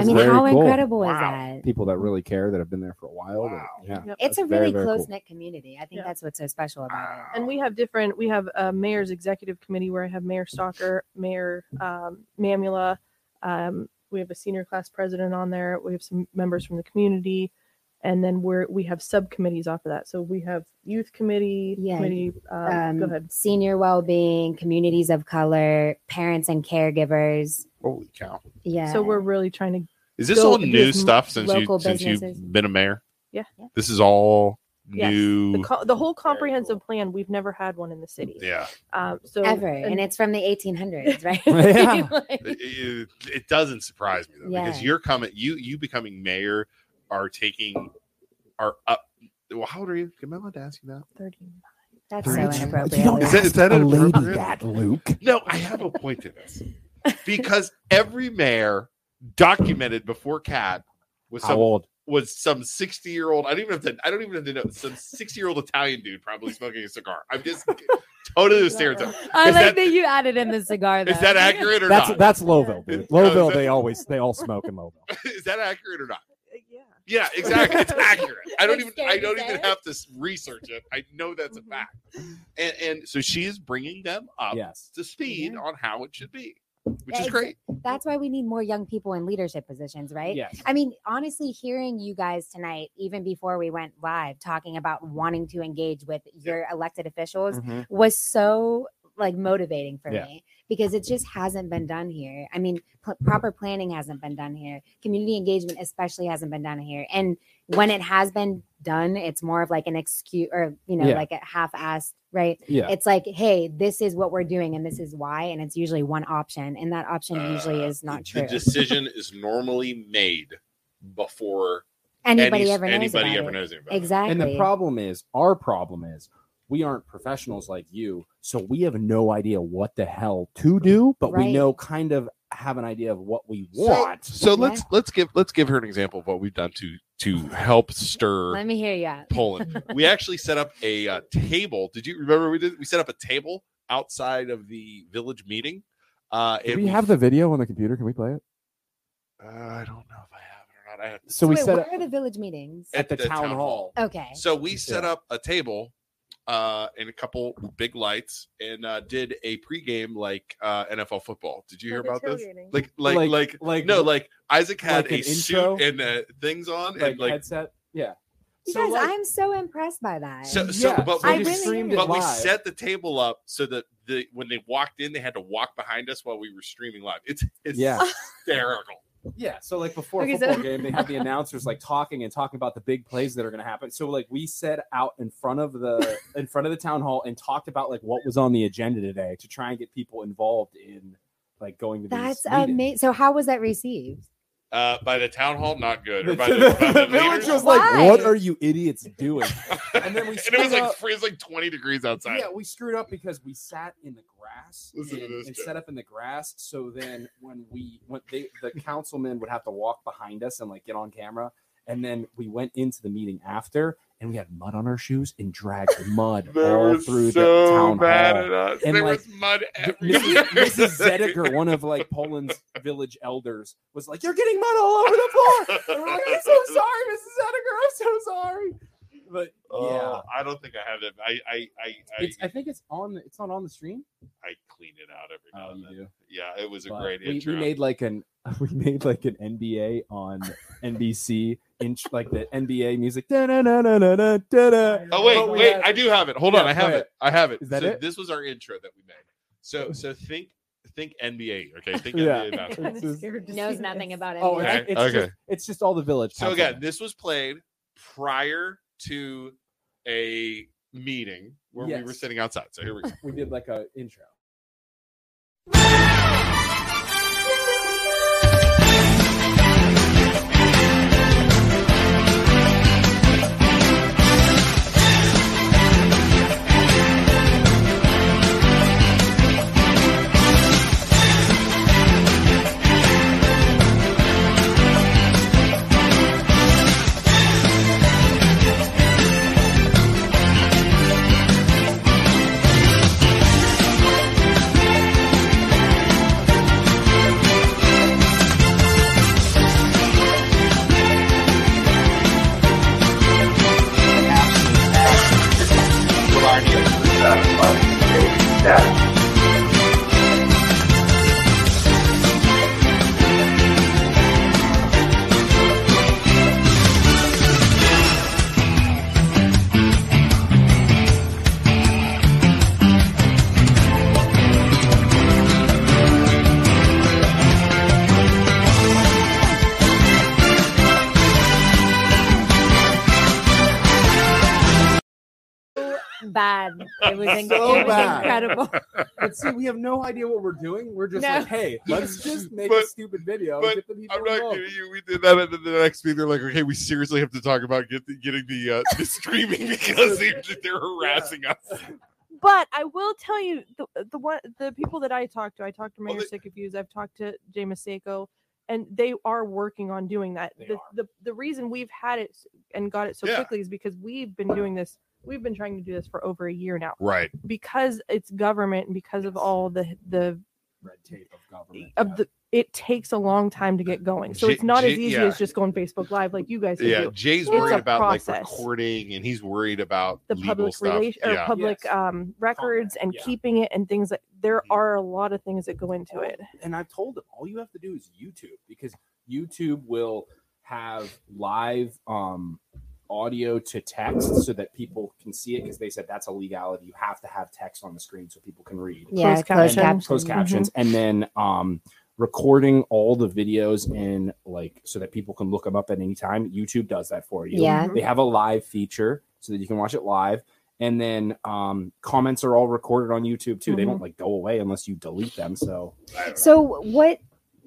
S3: That's
S4: mean,
S3: very
S4: how
S3: cool.
S4: incredible is
S2: Wow.
S4: that?
S3: People that really care that have been there for a while. that-
S2: Wow.
S3: Yeah.
S6: Yep.
S4: It's
S3: That's
S4: a
S3: very,
S4: really
S3: very cool.
S4: close knit community. I think
S6: Yeah.
S4: that's what's so special about it.
S6: and we have different. We have a mayor's executive committee where I have Mayor Stalker, Mayor um, Mamula. Um, we have a senior class president on there. We have some members from the community, and then we're we have subcommittees off of that. So we have youth committee,
S4: Yeah.
S6: committee. Um,
S4: Um,
S6: go ahead.
S4: senior well-being, communities of color, parents and caregivers.
S2: Holy cow!
S4: Yeah.
S6: So we're really trying to
S2: Is this
S6: So
S2: all new
S6: these
S2: stuff since you
S4: local
S2: since
S4: businesses-
S2: you've been a mayor?
S6: Yeah.
S4: Yeah.
S2: This is all
S6: Yes.
S2: new.
S6: the, co- the whole comprehensive plan. We've never had one in the city.
S2: yeah.
S6: Um, so
S4: ever, and it's from the 1800s, right?
S3: Yeah.
S4: Like-
S2: it, it- it doesn't surprise me though because
S4: Yeah.
S2: you're coming you you becoming mayor are taking are up well how old are you am i allowed to ask you that
S4: That's so
S3: Preach. You
S4: inappropriate.
S3: don't
S2: is that, is that
S3: A lady
S2: inappropriate?
S3: that Luke.
S2: no i have a point to this because every mayor documented before cat was
S3: How
S2: some
S3: old?
S2: was some 60 year old i don't even have to i don't even have to know some 60 year old italian dude probably smoking a cigar i'm just totally a stereotype
S4: I
S2: Is
S4: like
S2: that-
S4: that, you added in the cigar. Though.
S2: is that accurate or
S3: That's
S2: not
S3: that's Lowville, dude.
S2: It's- no,
S3: Lowville,
S2: that-
S3: they always they all smoke in Lowville.
S2: is that accurate or not
S6: yeah.
S2: Yeah, exactly. It's accurate. I don't
S4: Like
S2: even I
S4: scared to
S2: don't
S4: say Mm-hmm.
S2: even
S4: it?
S2: have to s- research it. I know that's a
S6: Mhm.
S2: fact. And and so she is bringing them up
S3: Yes.
S2: to speed
S4: Yeah.
S2: on how it should be, which
S4: Yeah,
S2: is
S4: Mm-hmm. ex-
S2: great.
S4: That's why we need more young people in leadership positions, right?
S3: Yes.
S4: I mean, honestly, hearing you guys tonight, even before we went live, talking about wanting to engage with your elected officials
S2: Mm-hmm.
S4: was so like motivating for
S3: Yeah.
S4: me because it just hasn't been done here. I mean, p- proper planning hasn't been done here. Community engagement, especially, hasn't been done here. And when it has been done, it's more of like an excuse or, you know,
S3: Yeah.
S4: like a half assed, right?
S3: Yeah.
S4: It's like, hey, this is what we're doing and this is why. And it's usually one option. And that option usually
S2: Uh,
S4: is not
S2: The
S4: true.
S2: decision is normally made before
S4: anybody
S2: any-
S4: ever knows.
S2: anybody
S4: about
S2: ever
S4: it.
S2: knows about it.
S4: Exactly.
S3: And the problem is, our problem is, we aren't professionals like you, so we have no idea what the hell to do, but we
S4: Right.
S3: know kind of have an idea of what we
S2: So-
S3: want.
S2: So let's let's give let's give her an example of what we've done to to help stir
S4: Let me hear you out.
S2: Poland. We actually set up a uh, table. Did you remember we did? We set up a table outside of the village meeting. Uh,
S8: Do
S2: and
S8: we have the video on the computer. Can we play it?
S2: Uh, I don't know if I have it or not. I have
S3: so we
S4: Wait,
S3: set
S4: where
S3: up
S4: are the village meetings?
S2: At the town hall.
S4: Okay.
S2: So we set
S3: Yeah.
S2: up a table uh, and a couple big lights and uh, did a pregame like uh, NFL football. Did you hear about this? Like, like, like,
S3: Like- like-
S2: no, like Isaac had
S3: like
S2: a
S3: an intro?
S2: suit and uh, things on
S3: like,
S2: and like.
S3: headset. Yeah.
S4: You
S3: So,
S4: guys,
S3: like-
S4: I'm so impressed by that.
S2: So, so,
S3: Yeah,
S2: but,
S3: so
S4: I
S2: we,
S3: we
S4: really
S3: streamed it
S2: but we
S3: live.
S2: set the table up so that the when they walked in, they had to walk behind us while we were streaming live. It's
S3: Yeah.
S2: hysterical.
S3: Yeah, so like before
S6: Okay,
S3: a
S6: so-
S3: football game, they have the announcers like talking and talking about the big plays that are going to happen. So like we set out in front of the in front of the town hall and talked about like what was on the agenda today to try and get people involved in like going to these
S4: That's
S3: meetings.
S4: amazing. So how was that received?
S2: Uh, by the town hall, not good. Or
S3: The,
S2: by the, by the
S3: village
S2: leaders.
S3: was like,
S4: Why?
S3: "What are you idiots doing?"
S2: and
S3: and then we
S2: it was
S3: screwed
S2: like
S3: up.
S2: free, it's like twenty degrees outside.
S3: Yeah, we screwed up because we sat in the grass
S2: Listen to
S3: and,
S2: this
S3: and
S2: guy.
S3: set up in the grass. So then when we when they the councilmen would have to walk behind us and like get on camera. And then we went into the meeting after and we had mud on our shoes and dragged the mud
S2: They
S3: all
S2: were
S3: through
S2: so
S3: the town
S2: bad
S3: hall.
S2: at us.
S3: And,
S2: there
S3: like,
S2: was mud
S3: The-
S2: everywhere.
S3: Mrs. Mrs. Zediger, one of like Poland's village elders, was like, "You're getting mud all over the floor." And we're like, "I'm so sorry, Mrs. Zediger. I'm so sorry." But yeah,
S2: Oh, I don't think I have it. I I I I,
S3: it's, I think it's on. It's not on the stream.
S2: I clean it out every now
S3: Oh,
S2: and
S3: you
S2: then.
S3: do.
S2: Yeah, it was a
S3: But
S2: great
S3: we, we
S2: intro.
S3: made like an we made like an NBA on NBC inch like the NBA music. Da-na-na-na-na-na, da-da.
S2: oh wait,
S9: But we
S2: wait,
S9: had-
S2: I do have it. Hold on,
S3: Yeah,
S2: I have
S3: go
S2: it. I have it.
S3: Is that
S2: so
S3: it?
S2: this was our intro that we made. So so think think NBA. Okay, think
S3: Yeah.
S2: NBA basketball.
S6: kind
S3: This
S6: of
S3: is-
S6: scared to
S4: Knows
S6: see
S4: nothing
S6: this.
S4: about it.
S3: Oh,
S2: Okay,
S3: it's, it's
S2: okay.
S3: Just, it's just all the village.
S2: So
S3: council.
S2: again, this was played prior to a meeting where we were
S3: Yes.
S2: sitting outside. So here we go.
S3: we did like a intro.
S4: Bad. It was, inc-
S3: So
S4: it was
S3: bad.
S4: incredible.
S3: But see, we have no idea what we're doing. We're just
S4: No.
S3: like, hey, let's just make
S2: But-
S3: a stupid video.
S2: but
S3: and get the people
S2: I'm not
S3: involved.
S2: kidding you. We did that, and then the next week they're like, "Okay, we seriously have to talk about get the, getting the uh, the streaming because they, they're harassing us."
S6: But I will tell you the the one the people that I talked to, I talked to
S2: Well,
S6: Mayor Sycophantes, I've talked to Jay Masako, and they are working on doing that.
S3: They
S6: The,
S3: are.
S6: the the reason we've had it s- and got it so
S2: Yeah.
S6: quickly is because we've been doing this. We've been trying to do this for over a year now
S2: Right.
S6: because it's government and because of all the the
S3: Red tape of government.
S6: of the it takes a long time to get going. So
S2: J-
S6: it's not
S2: J-
S6: as easy
S2: yeah.
S6: as just going Facebook Live like you guys can
S2: Yeah.
S6: do.
S2: Jay's
S6: It's
S2: worried
S6: a
S2: about like
S6: process.
S2: recording, and he's worried about
S6: the
S2: legal
S6: public
S2: stuff.
S6: relation or
S2: yeah.
S6: public
S3: Yes.
S6: um, records and
S3: yeah.
S6: keeping it and things like there
S2: Mhm.
S6: are a lot of things that go into
S3: all-
S6: it.
S3: And I've told them all you have to do is YouTube because YouTube will have live um, audio to text so that people can see it because they said that's a legality. You have to have text on the screen so people can read.
S4: Yeah,
S6: Closed
S4: closed
S6: captions.
S4: captions.
S3: Closed
S4: Mhm.
S3: captions and then um, recording all the videos in like so that people can look them up at any time. YouTube does that for you.
S4: Yeah.
S6: Mm-hmm.
S3: They have a live feature so that you can watch it live. And then um, comments are all recorded on YouTube too.
S4: Mm-hmm.
S3: They don't like go away unless you delete them. So
S4: So what?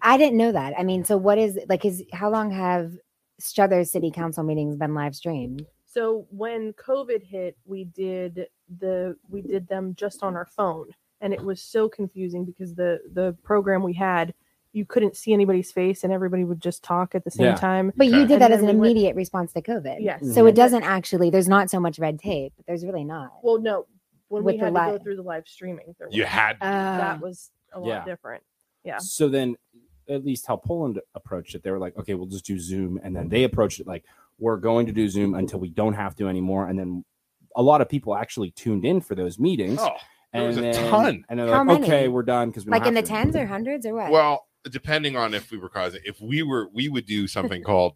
S4: I didn't know that. I mean, so what is like? Is how long have Struthers City Council meetings been live streamed?
S6: So when COVID hit, we did the we did them just on our phone, and it was so confusing because the the program we had, you couldn't see anybody's face, and everybody would just talk at the same
S3: Yeah.
S6: time.
S4: But you
S2: Okay.
S4: did
S6: And
S4: that as
S6: then
S4: an
S6: we went-
S4: immediate response to COVID.
S6: Yes.
S4: So it
S6: Mhm.
S4: doesn't actually. There's not so much red tape. There's really not.
S6: Well, no, when we
S4: With the Uh,
S6: had to go
S4: live-
S6: through the live streaming, there was,
S10: You had
S4: Oh.
S6: that was a lot
S3: Yeah.
S6: different. Yeah.
S3: So then, at least how Poland approached it, they were like, okay, we'll just do Zoom. And then they approached it like, we're going to do Zoom until we don't have to anymore. And then a lot of people actually tuned in for those meetings.
S2: Oh, there
S3: and
S2: was a
S3: then-
S2: ton.
S3: And they're
S4: How
S3: like,
S4: many?
S3: okay, we're done because
S4: like in the tens or hundreds or what?
S2: well, depending on if we were causing, if we were, we would do something called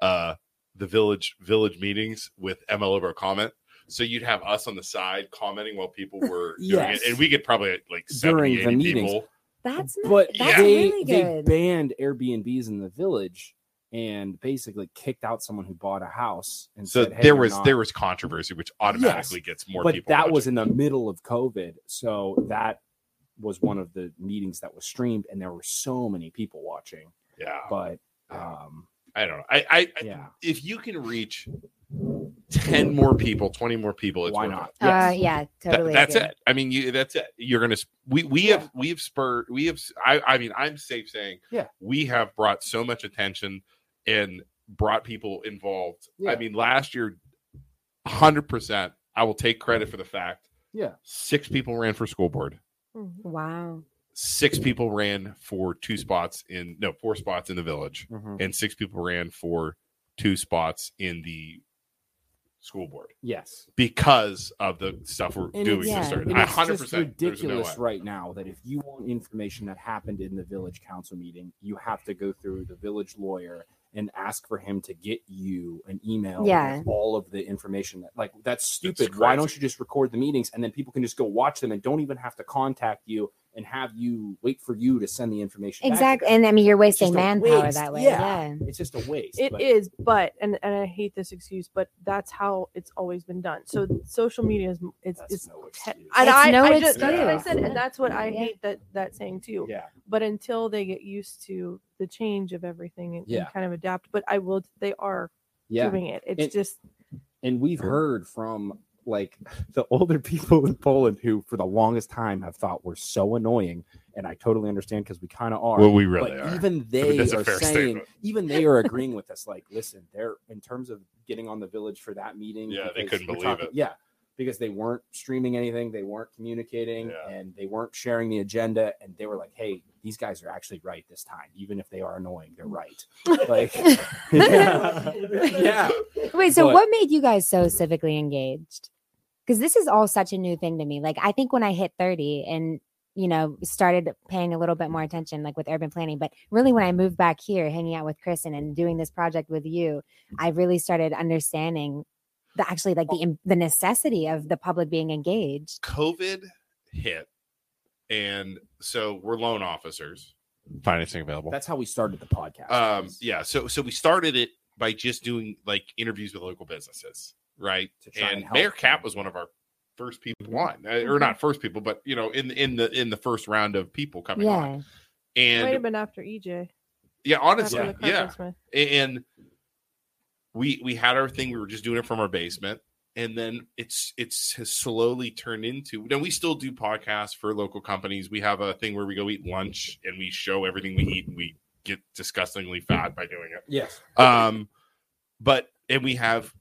S2: uh the village village meetings with ML over comment. So you'd have us on the side commenting while people were doing
S3: Yes.
S2: it, and we could probably like 70,
S3: During the
S2: 80
S3: meetings.
S2: people.
S4: That's not,
S3: but
S4: that's
S3: they,
S4: really
S3: they
S4: good.
S3: banned Airbnbs in the village and basically kicked out someone who bought a house. And
S2: So
S3: said, "Hey,
S2: there
S3: you're
S2: was
S3: not."
S2: there was controversy, which automatically gets more
S3: but
S2: people.
S3: that
S2: watching.
S3: was in the middle of COVID, so that was one of the meetings that was streamed, and there were so many people watching.
S2: yeah.
S3: But um,
S2: I don't know. I, I, I
S3: yeah,
S2: if you can reach ten more people, twenty more people, it's
S3: why
S2: worth it.
S3: not?
S4: uh, yeah,
S2: That-
S4: totally.
S2: that's
S4: agree.
S2: it. I mean, you, that's it. You're gonna. s- We we have we have spurred. We have. s- I I mean, I'm safe saying.
S3: Yeah.
S2: We have brought so much attention and brought people involved. I
S3: Yeah.
S2: mean, last year, hundred percent. I will take credit for the fact.
S3: Yeah.
S2: Six people ran for school board.
S4: Mm-hmm.
S6: Mhm.
S4: Wow.
S2: Six people ran for two spots in no four spots in the village, and six people ran for two spots in the school board
S3: Yes,
S2: because of the stuff we're
S3: And
S2: doing.
S4: it's-
S2: to
S4: yeah.
S2: start.
S3: and
S2: I
S3: it's
S2: hundred
S3: just
S2: percent
S3: ridiculous right now that if you want information that happened in the village council meeting, you have to go through the village lawyer and ask for him to get you an email
S4: Yeah.
S3: with all of the information that like that's
S2: It's
S3: stupid. Why don't
S2: crazy.
S3: you just record the meetings and then people can just go watch them and don't even have to contact you and have you wait for you to send the information? back to
S4: Exactly.
S3: them.
S4: And I mean, you're
S3: It's just
S4: wasting
S3: a
S4: manpower
S3: waste.
S4: that way.
S3: Yeah.
S4: yeah.
S3: It's just a waste.
S6: It
S3: but-
S6: is, but and and I hate this excuse, but that's how it's always been done. So social media is it's
S3: That's
S6: it's
S3: no
S6: te-
S3: excuse.
S6: and
S4: It's
S6: I,
S4: no
S6: I just that's what I
S4: excuse.
S6: said, and that's what I
S4: Yeah.
S6: hate that that saying too.
S3: Yeah.
S6: But until they get used to the change of everything and, and
S3: Yeah.
S6: kind of adapt, but I will they are
S3: Yeah.
S6: doing it. It's
S3: It-
S6: just
S3: and we've heard from like the older people in Poland who, for the longest time, have thought we're so annoying, and I totally understand because we kind of are.
S2: Well, we really
S3: but
S2: are.
S3: even they
S2: that's a
S3: are
S2: fair
S3: saying,
S2: statement.
S3: even they are agreeing with us. Like, listen, they're in terms of getting on the village for that meeting.
S2: Yeah, they
S3: because
S2: couldn't
S3: we're
S2: believe it.
S3: Yeah, because they weren't streaming anything, they weren't communicating,
S2: Yeah.
S3: and they weren't sharing the agenda. And they were like, "Hey, these guys are actually right this time, even if they are annoying, they're right." Like, yeah. yeah.
S4: Wait, so
S3: But-
S4: what made you guys so civically engaged? Because this is all such a new thing to me. Like, I think when I hit 30 and, you know, started paying a little bit more attention, like with urban planning, but really when I moved back here, hanging out with Kristen and doing this project with you, I really started understanding the actually like the, im- the necessity of the public being engaged.
S2: COVID hit, and so we're loan officers. Financing available.
S3: That's how we started the podcast.
S2: Um, yeah. So so we started it by just doing like interviews with local businesses, right?
S3: To try
S2: And
S3: and help
S2: Mayor Cap
S3: them. Mm-hmm.
S2: was one of our first people on, uh, or not first people, but you know, in in the in the first round of people coming on.
S4: yeah.
S6: it might have
S2: And
S6: been after E EJ.
S2: yeah, honestly,
S6: after the
S2: yeah.
S6: Conference,
S2: and we we had our thing we were just doing it from our basement and then it's it's has slowly turned into now we still do podcasts for local companies we have a thing where we go eat lunch and we show everything we eat and we get disgustingly fat by doing it
S3: Yes.
S2: um but and we have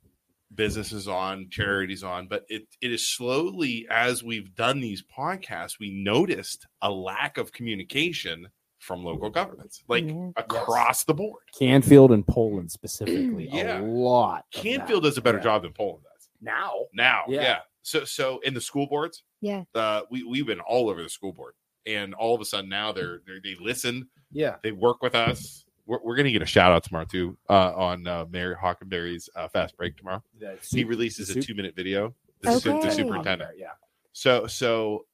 S2: businesses on charities on but it it is slowly as we've done these podcasts we noticed a lack of communication from local governments like
S4: Yeah. Yes.
S2: across the board
S3: Canfield and Poland specifically.
S2: Yeah.
S3: A lot. of
S2: Canfield
S3: that.
S2: does a better
S3: Yeah.
S2: job than Poland does
S3: now.
S2: now. Yeah.
S3: Yeah.
S2: So so in the school boards,
S4: Yeah.
S2: uh, we we've been all over the school board, and all of a sudden now they're, they're they listen,
S3: Yeah.
S2: they work with us. We're, we're gonna get a shout out tomorrow too uh, on uh, Mary Hockenberry's uh, fast break tomorrow.
S3: That's
S2: He releases a
S3: Sup-
S2: two minute video. The, su-
S4: Okay.
S2: the superintendent.
S3: Yeah.
S2: So so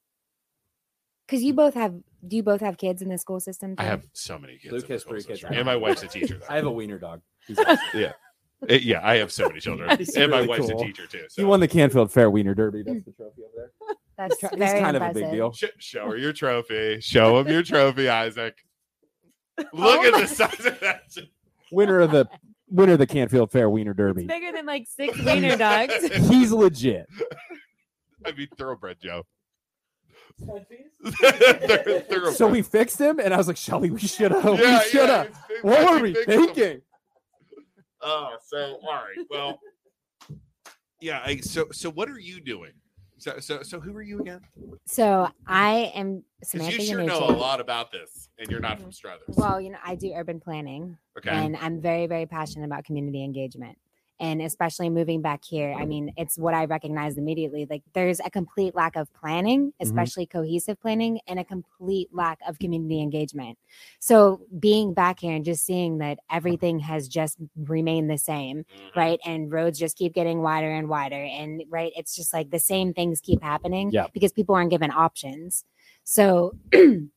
S4: Because you both have, do you both have kids in the school system?
S2: I
S4: too?
S2: have so many kids.
S3: Luke
S2: in the
S3: has
S2: school
S3: three kids.
S2: system. and my wife's a teacher.
S3: I have a wiener dog. He's
S2: though. Eh, yeah, I have so many children, and
S3: He's
S2: my
S3: really
S2: wife's a
S3: cool.
S2: teacher too. So
S8: He won the Canfield Fair Wiener Derby. That's the trophy over there.
S4: Mm. That's
S8: It's ki- it's
S4: very
S8: kind of
S4: impressive.
S8: a big deal.
S2: Sh- show her your trophy. Show him your trophy, Isaac. Look at
S4: Oh.
S2: the size of that.
S8: Winner of the winner of the Canfield Fair Wiener
S6: It's
S8: Derby.
S6: bigger than like six wiener dogs.
S8: He's legit.
S2: I mean, thoroughbred Joe. Thor- thoroughbred.
S8: So we fixed him, and I was like, Shelly, we should have.
S2: Yeah,
S8: we should
S2: yeah,
S8: have.
S2: it's big-
S8: What were
S2: big
S8: we
S2: things.
S8: thinking?
S2: Oh, so all right. Well, yeah. I, so so what are you doing? So so so who are you again?
S4: So I am
S2: Because
S4: Samantha
S2: you sure know
S4: Yanucci.
S2: a lot about this, and you're not from Struthers.
S4: Well, you know, I do urban planning.
S2: okay.
S4: and I'm very, very passionate about community engagement. And especially moving back here, I mean, it's what I recognized immediately. Like, there's a complete lack of planning,
S2: Mm-hmm.
S4: especially cohesive planning, and a complete lack of community engagement. So, being back here and just seeing that everything has just remained the same,
S2: Mm-hmm.
S4: right? And roads just keep getting wider and wider. And, right, it's just like the same things keep happening
S8: Yeah.
S4: because people aren't given options. So, you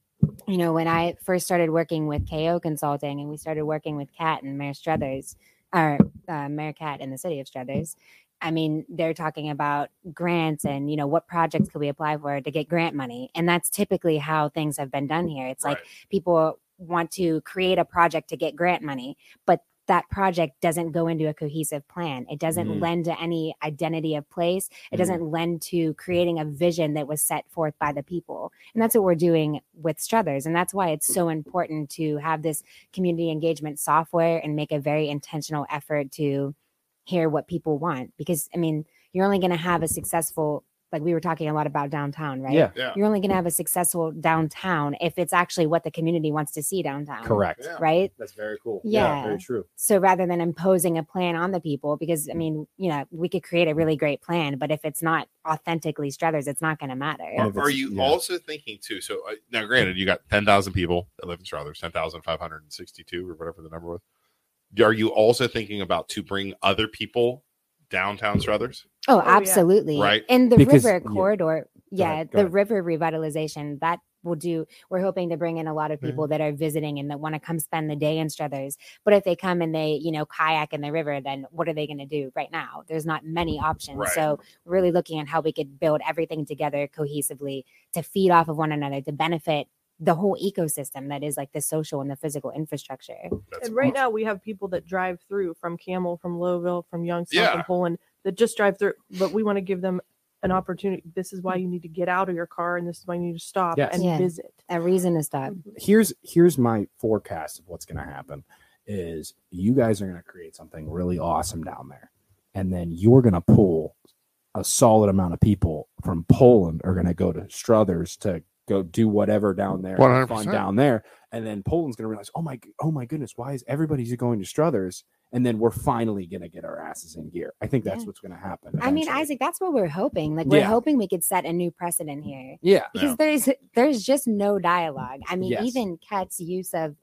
S4: know, when I first started working with KO Consulting and we started working with Kat and Mayor Struthers, or uh, Mayor Kat in the city of Struthers, I mean, they're talking about grants and, you know, what projects could we apply for to get grant money? And that's typically how things have been done here. It's like
S2: Right.
S4: people want to create a project to get grant money, but that project doesn't go into a cohesive plan. It doesn't
S8: Mhm.
S4: lend to any identity of place. It
S8: Mhm.
S4: doesn't lend to creating a vision that was set forth by the people. And that's what we're doing with Struthers. And that's why it's so important to have this community engagement software and make a very intentional effort to hear what people want. Because, I mean, you're only going to have a successful, like we were talking a lot about downtown, right?
S8: Yeah.
S2: Yeah.
S4: You're only going to have a successful downtown if it's actually what the community wants to see downtown.
S8: Correct.
S2: Yeah.
S4: Right.
S11: That's very cool.
S4: Um, Yeah.
S11: very true.
S4: So rather than imposing a plan on the people, because I mean, you know, we could create a really great plan, but if it's not authentically Struthers, it's not going to matter.
S8: Yeah,
S2: Are,
S8: that's-
S2: are you
S8: yeah.
S2: also thinking too? So uh, now, granted, you got ten thousand people that live in Strothers, ten thousand five hundred and sixty-two, or whatever the number was. Are you also thinking about to bring other people downtown Strothers?
S4: Oh,
S6: Oh, yeah.
S4: absolutely.
S2: Right?
S4: And the
S8: Because-
S4: river
S8: yeah.
S4: corridor, yeah,
S8: ahead, go
S4: the
S8: ahead.
S4: river revitalization that will do. We're hoping to bring in a lot of people that are visiting and that want to come spend the day in Struthers. But if they come and they, you know, kayak in the river, then what are they going to do right now? There's not many options.
S2: Right.
S4: So really looking at how we could build everything together cohesively to feed off of one another to benefit the whole ecosystem that is like the social and the physical infrastructure.
S2: That's
S6: And right now we have people that drive through from Camel, from Lowville, from Youngstown,
S2: Yeah.
S6: from Poland that just drive through. But we want to give them an opportunity. This is why you need to get out of your car, and this is why you need to stop
S11: Yes.
S6: and
S4: Yeah.
S6: visit.
S4: A reason to stop.
S11: here's here's my forecast of what's going to happen is you guys are going to create something really awesome down there and then you're going to pull a solid amount of people from Poland are going to go to Struthers to go do whatever down there have fun
S2: 100%.
S11: down there and then Poland's going to realize oh my oh my goodness why is everybody's going to Struthers and then we're finally going to get our asses in gear i think that's
S4: Yeah.
S11: what's going to happen
S4: I mean,
S11: eventually.
S4: Isaac, that's what we're hoping. Like we're
S11: Yeah.
S4: hoping we could set a new precedent here.
S11: yeah
S4: because there's there's just no dialogue. I mean,
S11: Yes.
S4: even Kat's use of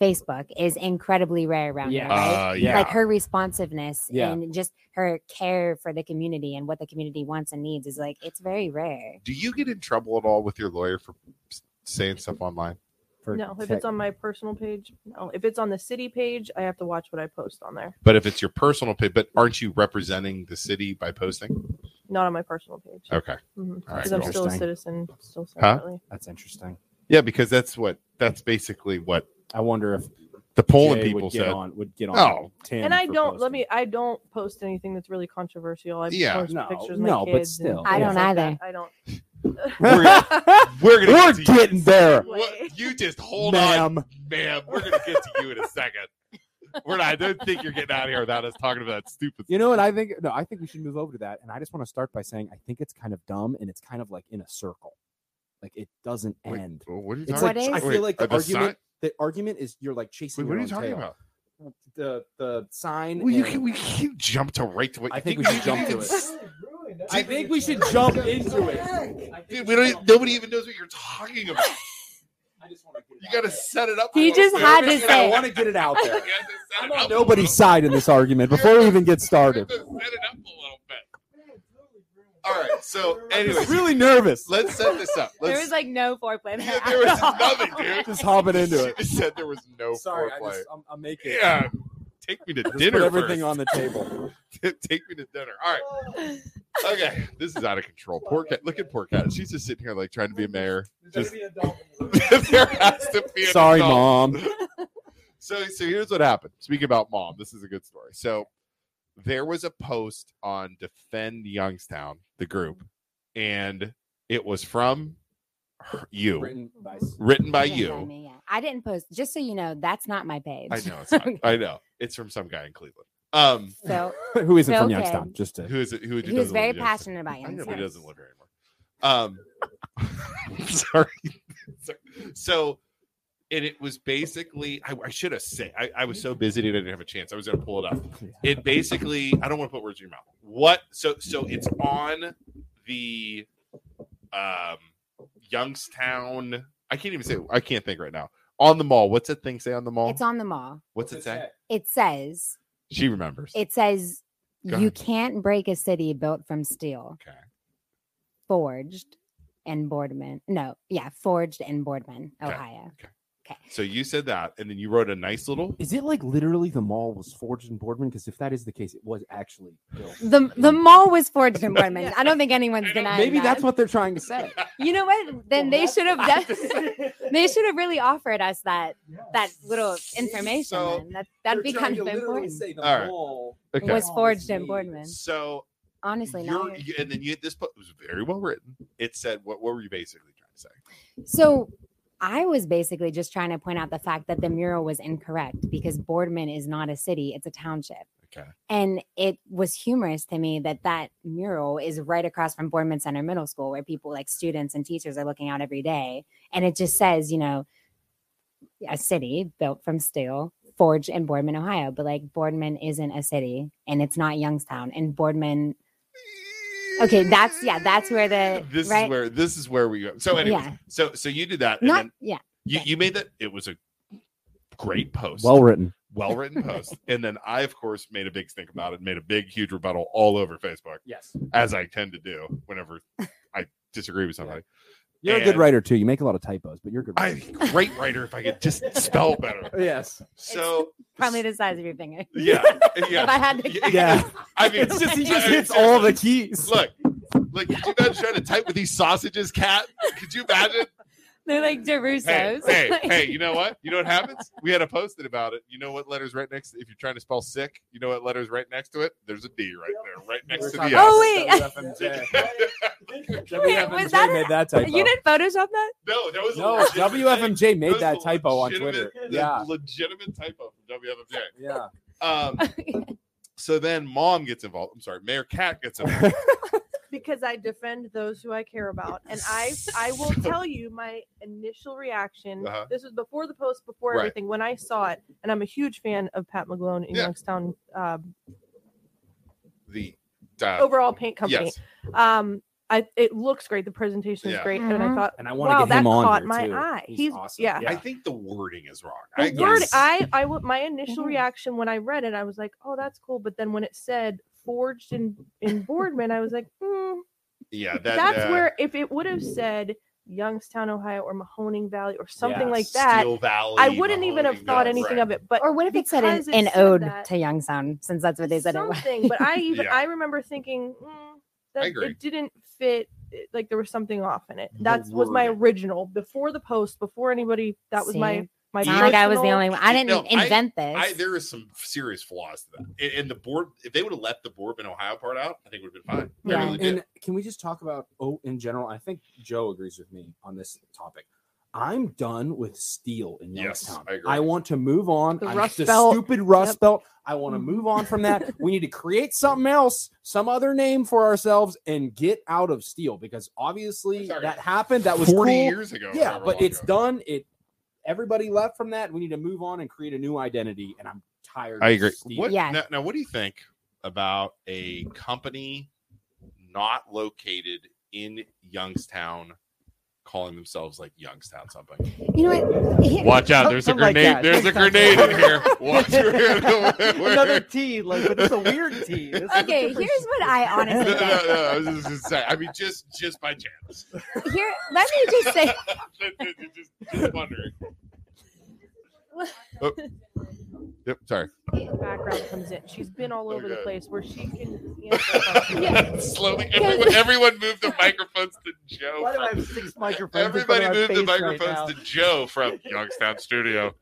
S4: Facebook is incredibly rare around
S11: Yeah.
S4: here, right?
S2: Uh, yeah.
S4: Like her responsiveness
S11: Yeah.
S4: and just her care for the community and what the community wants and needs is like it's very rare.
S2: Do you get in trouble at all with your lawyer for s- saying stuff online?
S11: for
S6: No, if
S11: tech-
S6: it's on my personal page, no. If it's on the city page, I have to watch what I post on there,
S2: But if it's your personal page, but aren't you representing the city by posting?
S6: not on my personal page.
S2: Okay.
S6: Mhm.
S2: All right.
S6: Because I'm
S2: cool.
S6: still a
S11: Interesting.
S6: citizen, still
S2: Oh, Huh?
S6: separately.
S11: that's interesting
S2: Yeah, because that's what that's basically what
S11: i wonder if
S2: the Poland
S11: Jay
S2: people
S11: would get
S2: said.
S11: on would get on
S2: Oh.
S11: Tim
S6: And I
S11: for
S6: don't let
S11: posting.
S6: me. I don't post anything that's really controversial. I
S2: Yeah.
S6: post
S11: No,
S6: pictures of my
S11: no, but
S6: kids and
S11: still.
S4: I
S6: things
S4: don't
S6: like
S4: either.
S6: that. I don't.
S2: We're
S8: We're
S2: gonna get to you.
S8: getting there,
S2: What- you just hold on,
S8: ma'am.
S2: ma'am. We're gonna get to you in a second. We're not. I don't think you're getting out of here without us talking about that stupid.
S8: You know what I think? No, I think we should move over to that. And I just want to start by saying I think it's kind of dumb and it's kind of like in a circle. Like it doesn't
S2: Wait,
S8: end.
S2: what are you
S8: It's
S2: talking?
S8: like
S4: What
S8: I
S4: is?
S8: feel
S2: Wait,
S8: like the,
S2: the
S8: argument
S2: sign-
S8: the argument is you're like chasing.
S2: Wait, what
S8: your
S2: are you
S8: own
S2: talking
S8: tail.
S2: about?
S8: The the sign.
S2: Well, you
S8: and-
S2: can. We can jump to right to what.
S8: I
S2: you
S8: think we should jump
S2: even-
S8: to it. I think we should jump into it.
S2: Dude, we don't. e, Nobody even knows what you're talking about. You got to set it up.
S4: He
S2: for
S4: just
S2: us.
S4: had to
S8: I
S4: say,
S8: want to get it out
S2: You
S8: there.
S2: got to set
S8: I'm
S2: it up
S8: on
S2: a
S8: nobody's
S2: little.
S8: side in this argument before we even get
S2: You have
S8: started.
S2: to Set it up a little bit. All right. So,
S8: I
S2: anyways,
S8: was really nervous.
S2: let's set this up.
S4: there
S2: Let's
S4: was like no foreplay.
S2: Yeah, there was nothing, dude.
S8: Just hopping into
S2: She
S8: it.
S2: just said there was no
S8: Sorry, I
S2: foreplay.
S8: just, I'm, I'm making
S2: yeah, take me to
S8: Just
S2: dinner.
S8: put everything
S2: first.
S8: on the table.
S2: take me to dinner. All right. Okay, this is out of control. Poor cat. Look at poor cat. She's just sitting here like trying to be a mayor. Just there has to be. An
S8: Sorry,
S2: adult.
S8: mom.
S2: So, so here's what happened. Speaking about mom, this is a good story. So, there was a post on Defend Youngstown, the group, and it was from her- you,
S8: Written by-
S2: written by
S4: Yeah,
S2: you.
S4: me, yeah. I didn't post. Just so you know, that's not my page.
S2: I know it's not.
S4: Okay.
S2: I know it's from some guy in Cleveland. Um,
S4: So
S8: Who isn't from
S4: Okay.
S8: Youngstown? Just to,
S2: who is it? Who, who
S4: he was
S2: doesn't
S4: very
S2: live in Youngstown?
S4: passionate about
S2: I know,
S4: himself.
S2: but he doesn't live here anymore. Um, sorry. Sorry. So, and it was basically I, I should have said I, I was so busy that I didn't have a chance. I was going to pull it up. It basically I don't want to put words in your mouth. What? So so it's on the um Youngstown. I can't even say. I can't think right now. On the mall. What's that thing say on the mall?
S4: It's on the mall.
S2: What's it say?
S4: It says
S2: She remembers.
S4: It says
S2: Go
S4: you
S2: ahead.
S4: can't break a city built from steel,
S2: okay.
S4: forged, and Boardman. No, yeah, Forged and Boardman,
S2: Okay.
S4: Ohio.
S2: So you said that, and then you wrote a nice little.
S8: Is it like literally the mall was forged in Boardman? Because if that is the case, it was actually built.
S4: The the mall was Forged and Boardman. I don't think
S2: Mm.
S4: anyone's
S2: I don't-
S4: denying
S8: Maybe
S4: that.
S8: that's what they're trying to say.
S4: you know what? Then they should have def- they should have really offered us that that little information.
S2: So,
S4: then. that that'd be kind of important.
S2: All right. Okay.
S4: was forged in Boardman.
S2: So
S4: Honestly, now
S2: you're,
S4: you're-
S2: you- and then you this book was very well written. It said what? What were you basically trying to say?
S4: So I was basically just trying to point out the fact that the mural was incorrect because Boardman is not a city, it's a township.
S2: Okay.
S4: And it was humorous to me that that mural is right across from Boardman Center Middle School, where people like students and teachers are looking out every day. And it just says, you know, a city built from steel, forged in Boardman, Ohio. But like Boardman isn't a city and it's not Youngstown. And Boardman, Okay, that's- yeah, that's where the-
S2: This is
S4: right?
S2: where this is where we go. So anyway,
S4: yeah,
S2: so so you did that, and
S4: not,
S2: then
S4: yeah,
S2: you you made that. It was a great post.
S8: Well written.
S2: well written post. And then I, of course, made a big stink about it, made a big, huge rebuttal all over Facebook,
S11: Yes.
S2: as I tend to do whenever I disagree with somebody.
S8: You're a good
S2: And
S8: writer too. You make a lot of typos, but you're a good
S2: I'm
S8: writer.
S2: a great writer if I could just spell better.
S11: Yes.
S2: So,
S4: probably the size of your finger.
S2: yeah, yeah.
S4: if I had to,
S8: Yeah.
S2: I mean,
S4: It's just- he
S2: I
S4: just
S2: mean, seriously.
S8: keys.
S2: Look, look, could you guys trying to type with these sausages, cat? Could you imagine?
S4: they're like
S2: Hey,
S4: Jerusso's.
S2: hey, hey, you know what? You know what happens? We had a posted about it. You know what letters right next if you're trying to spell sick, you know what letters right next to it? There's a D right there, right next to the S.
S4: Oh,
S11: WFMJ
S4: was that
S11: made that typo.
S6: You didn't Photoshop that?
S2: No, that was a
S11: no,
S2: legit mistake.
S11: WFMJ
S2: That
S11: made
S2: was
S11: that
S2: a
S11: typo on Twitter.
S2: legitimate- that
S11: Yeah.
S2: legitimate typo from WFMJ.
S11: Yeah.
S2: Um, so then mom gets involved. I'm sorry, Mayor Cat gets involved.
S6: Because I defend those who I care about, and I I will tell you my initial reaction.
S2: Uh-huh.
S6: This was before the post, before
S2: Right.
S6: everything. When I saw it, and I'm a huge fan of Pat McGlone in
S2: Yeah.
S6: Youngstown um,
S2: The uh,
S6: overall paint company.
S2: yes,
S6: Um, I it looks great. The presentation is
S2: Yeah.
S6: great, and I
S4: Mhm.
S6: thought,
S8: And I want to
S6: wow,
S8: get
S6: that
S8: him on
S6: caught
S8: here,
S6: my
S8: too.
S6: eye. He's, yeah.
S2: I think the wording is wrong.
S6: The
S2: I
S6: word,
S2: guess.
S6: I, I, w- my initial
S4: Mhm.
S6: reaction when I read it, I was like, "Oh, that's cool," but then when it said "forged in in Boardman," I was like, hmm,
S2: yeah, that,
S6: "That's
S2: uh,
S6: where." If it would have said Youngstown, Ohio, or Mahoning Valley, or something like that,
S2: Steel Valley,
S6: I wouldn't even have
S2: Mahoning,
S6: thought
S2: yeah,
S6: anything
S2: right.
S6: of it. But
S4: Or what if it said an,
S6: because it
S4: an
S6: said
S4: ode
S6: that-
S4: to Youngstown, since that's what they said it was?
S6: something. but I even
S2: Yeah.
S6: I remember thinking mm, that
S2: agree.
S6: it didn't fit. it- Like there was something off in it. That was my
S2: wording.
S6: original before the post, before anybody. That was my
S4: See?
S6: my.
S4: It's not like I was the
S6: personal-
S4: only one. I didn't
S2: No, I-
S4: invent
S2: I,
S4: this.
S2: there is some serious flaws to that. And, and the board, if they would have left the Bourbon Ohio part out, I think it would have been fine. They
S4: Yeah.
S2: really did.
S8: And can we just talk about oh in general? I think Joe agrees with me on this topic. I'm done with steel in
S2: Yes,
S8: Youngstown.
S2: I agree.
S8: want to move on.
S6: The
S8: I'm
S6: Rust
S8: the
S6: Belt.
S8: stupid Rust
S6: Yep. Mm.
S8: Belt. I want to move on from that. we need to create something else, some other name for ourselves, and get out of steel because obviously
S2: Sorry.
S8: that happened. That was
S2: forty
S8: cool.
S2: years ago.
S8: yeah
S2: however
S8: but
S2: long
S8: it's
S2: ago.
S8: done it everybody left from that we need to move on and create a new identity and i'm tired
S2: I
S8: of
S2: agree.
S8: Steve.
S2: What,
S4: Yeah.
S2: now, now, what do you think about a company not located in Youngstown calling themselves like Youngstown something?
S4: you know what? Here-
S1: Watch out! There's a
S5: Something like
S1: grenade.
S5: that.
S1: there's a grenade in here. Watch
S5: Another
S1: out!
S5: T, like, but it's a weird T. This is a
S4: Okay, here's
S5: different T.
S4: what I
S2: no,
S4: honestly
S2: no,
S4: think.
S2: no. I was just gonna say, I mean, just just by chance.
S4: Here, let me just say.
S2: just, just wondering. Oh. Yep. Sorry.
S6: background comes in. She's been all over
S2: Okay.
S6: the place where she can. answer questions.
S2: Slowly, everyone, everyone moved the microphones to Joe.
S5: Why do I
S2: from-
S5: have six microphones? in front
S2: Everybody
S5: of my
S2: moved the
S5: face right
S2: microphones
S5: now?
S2: to Joe from Youngstown Studio.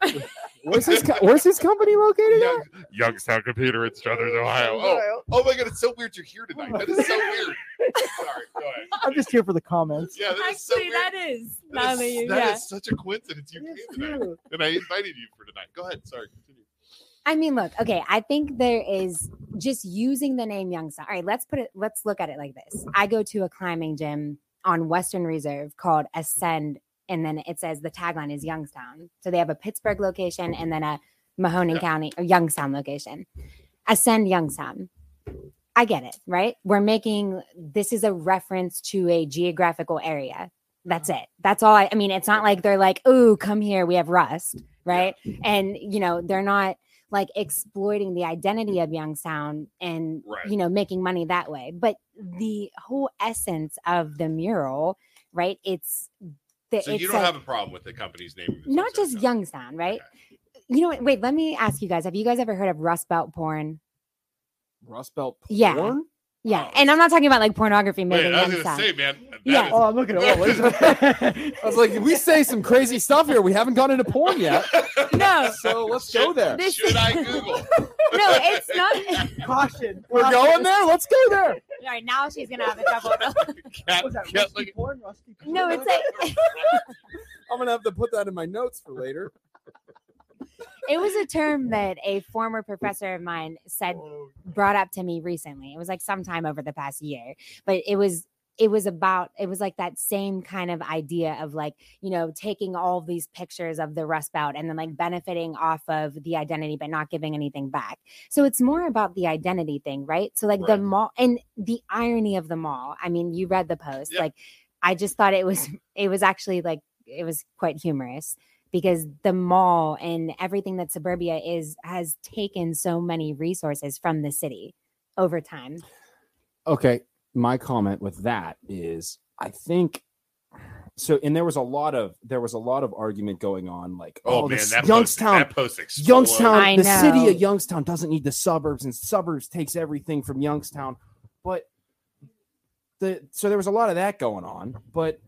S8: where's his co- where's his company located at?
S2: Young, Youngstown Computer in Struthers, Ohio. Oh, oh my God, it's so weird you're here tonight. That is so weird. Sorry, go ahead.
S5: I'm just here for the comments.
S2: Yeah, that is so
S4: Actually,
S2: weird.
S4: that is.
S2: That
S4: neither
S2: is-
S4: you-
S2: that
S4: yeah.
S2: is such a coincidence you came tonight, and I invited you for tonight. Go ahead. Sorry. continue.
S4: I mean, look, okay, I think there is just using the name Youngstown. All right, let's put it, let's look at it like this. I go to a climbing gym on Western Reserve called Ascend, and then it says the tagline is Youngstown. So they have a Pittsburgh location and then a Mahoning
S2: Yeah.
S4: County or Youngstown location. Ascend Youngstown. I get it, right? We're making this is a reference to a geographical area. That's
S2: Mm-hmm.
S4: it. That's all I, I mean, it's not like they're like, oh, come here, we have rust, right? And, you know, they're not like exploiting the identity of Youngstown and
S2: Right.
S4: you know making money that way. But the whole essence of the mural right? It's the
S2: So
S4: it's
S2: you don't
S4: like-
S2: have a problem with the company's name?
S4: not just Youngstown, right? You know what? Wait, let me ask you guys. Have you guys ever heard of Rust Belt porn?
S3: Rust Belt
S4: Yeah.
S3: porn?
S4: Yeah,
S2: Oh.
S4: and I'm not talking about like pornography made
S2: Wait,
S4: in
S2: Oh, I was gonna
S4: Youngstown.
S2: say, man. that
S4: Yeah.
S2: is-
S5: Oh, I'm looking at what is it?
S3: I was like, we say some crazy stuff here. We haven't gone into porn yet.
S4: no,
S3: So let's go there.
S4: This-
S2: Should I Google?
S4: no, it's not.
S5: Caution.
S3: We're going there. Let's go there.
S4: All right, now she's gonna have a trouble.
S2: Cat-
S5: Was that
S2: cat
S5: rusty
S2: looking-
S5: porn? Rusty porn?
S4: No, it's like
S3: I'm gonna have to put that in my notes for later.
S4: it was a term that a former professor of mine said
S2: Oh,
S4: brought up to me recently. It was like sometime over the past year, but it was it was about it was like that same kind of idea of like you know taking all these pictures of the rust belt and then like benefiting off of the identity but not giving anything back so it's more about the identity thing right so like the
S2: Right.
S4: mall and the irony of the mall i mean you read the post
S2: Yep.
S4: like i just thought it was it was actually like it was quite humorous because the mall and everything that suburbia is has taken so many resources from the city over time
S3: Okay, my comment with that is, I think so. And there was a lot of there was a lot of argument going on, like,
S2: Oh,
S3: oh,
S2: man,
S3: this
S2: that
S3: Youngstown,
S2: Post, that post
S3: Youngstown,
S4: I
S3: the city
S4: know.
S3: of Youngstown doesn't need the suburbs, and suburbs takes everything from Youngstown. But the so there was a lot of that going on. But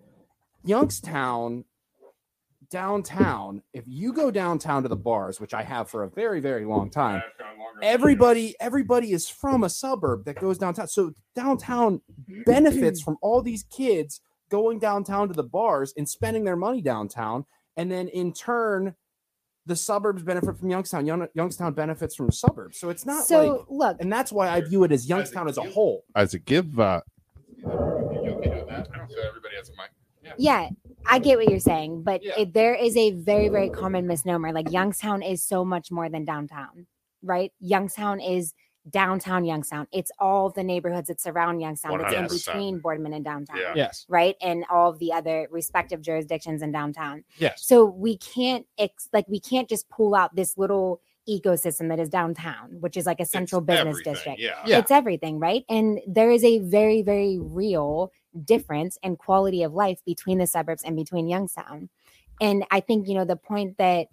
S3: Youngstown, downtown, if you go downtown to the bars, which I have for a very, very long time, everybody, everybody is from a suburb that goes downtown. So downtown benefits from all these kids going downtown to the bars and spending their money downtown, and then in turn the suburbs benefit from Youngstown. Young, Youngstown benefits from the suburbs. So it's not
S4: so
S3: like,
S4: look
S3: and that's why I view it as Youngstown as a whole.
S12: Isaac, give uh,
S2: You okay doing that? I don't feel everybody has a mic.
S4: yeah i get what you're saying but
S2: Yeah.
S4: it, there is a very very common misnomer like youngstown is so much more than downtown right youngstown is downtown youngstown it's all the neighborhoods that surround youngstown that's
S2: 100%.
S4: in between boardman and downtown
S2: Yeah.
S13: Yes.
S4: right and all of the other respective jurisdictions in downtown
S13: Yes.
S4: so we can't ex- like we can't just pull out this little ecosystem that is downtown which is like a
S2: It's
S4: central business
S2: everything,
S4: district
S2: Yeah.
S13: Yeah.
S4: it's everything right and there is a very very real difference in quality of life between the suburbs and between youngstown and i think you know the point that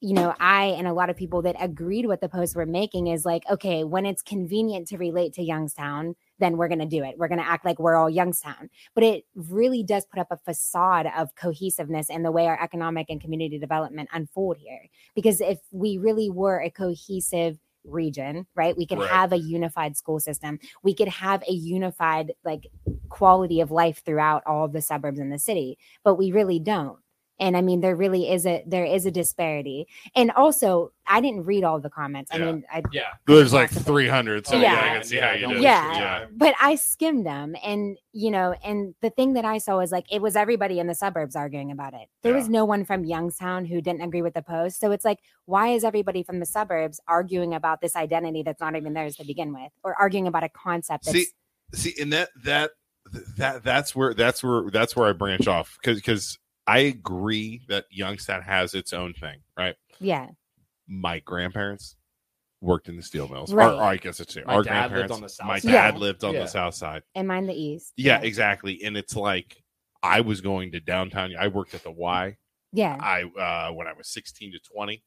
S4: you know i and a lot of people that agreed with the post were making is like okay when it's convenient to relate to youngstown then we're going to do it we're going to act like we're all youngstown but it really does put up a facade of cohesiveness in the way our economic and community development unfold here because if we really were a cohesive region right we could
S2: Right.
S4: have a unified school system we could have a unified like quality of life throughout all of the suburbs and the city but we really don't and i mean there really is a there is a disparity and also i didn't read all the comments i
S2: Yeah.
S4: mean i
S14: There's like 300. So
S4: Oh,
S14: yeah,
S4: yeah.
S14: I can see how you did. it.
S4: Yeah. but I skimmed them and you know, and the thing that I saw was like it was everybody in the suburbs arguing about it. There was no one from Youngstown who didn't agree with the post. So it's like, why is everybody from the suburbs arguing about this identity that's not even theirs to begin with? Or arguing about a concept that's
S2: See, see, and that that that that's where that's where that's where I branch off because because I agree that Youngstown has its own thing, right?
S4: yeah.
S2: my grandparents worked in the steel mills.
S4: Right.
S2: Or, or I guess it's
S3: My
S2: our
S3: dad lived
S2: grandparents.
S3: on the south
S2: my
S4: side.
S2: dad
S4: Yeah.
S2: lived on
S3: Yeah.
S2: the south side.
S4: And mine the East.
S2: Yeah, exactly. And it's like I was going to downtown. I worked at the Y.
S4: Yeah.
S2: I uh, when I was sixteen to twenty,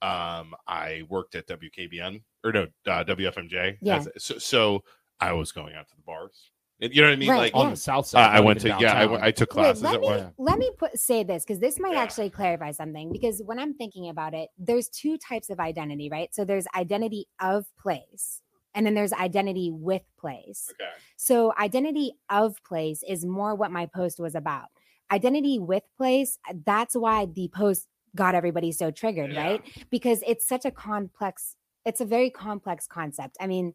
S2: um, I worked at WKBN or no uh, WFMJ.
S4: Yeah.
S2: As- so, so I was going out to the bars. And You know what I mean? Like
S4: Right, yeah.
S2: uh,
S4: On the
S3: south side,
S2: I went to yeah. I, went- I took classes
S4: Wait,
S2: at
S4: let me
S2: Y.
S4: let me put say this because this might
S2: Yeah.
S4: actually clarify something. Because when I'm thinking about it, there's two types of identity, right? So there's identity of place, and then there's identity with place.
S2: Okay.
S4: So, identity of place is more what my post was about. Identity with place, uh, that's why the post got everybody so triggered,
S2: Yeah.
S4: right? Because it's such a complex, it's a very complex concept. I mean,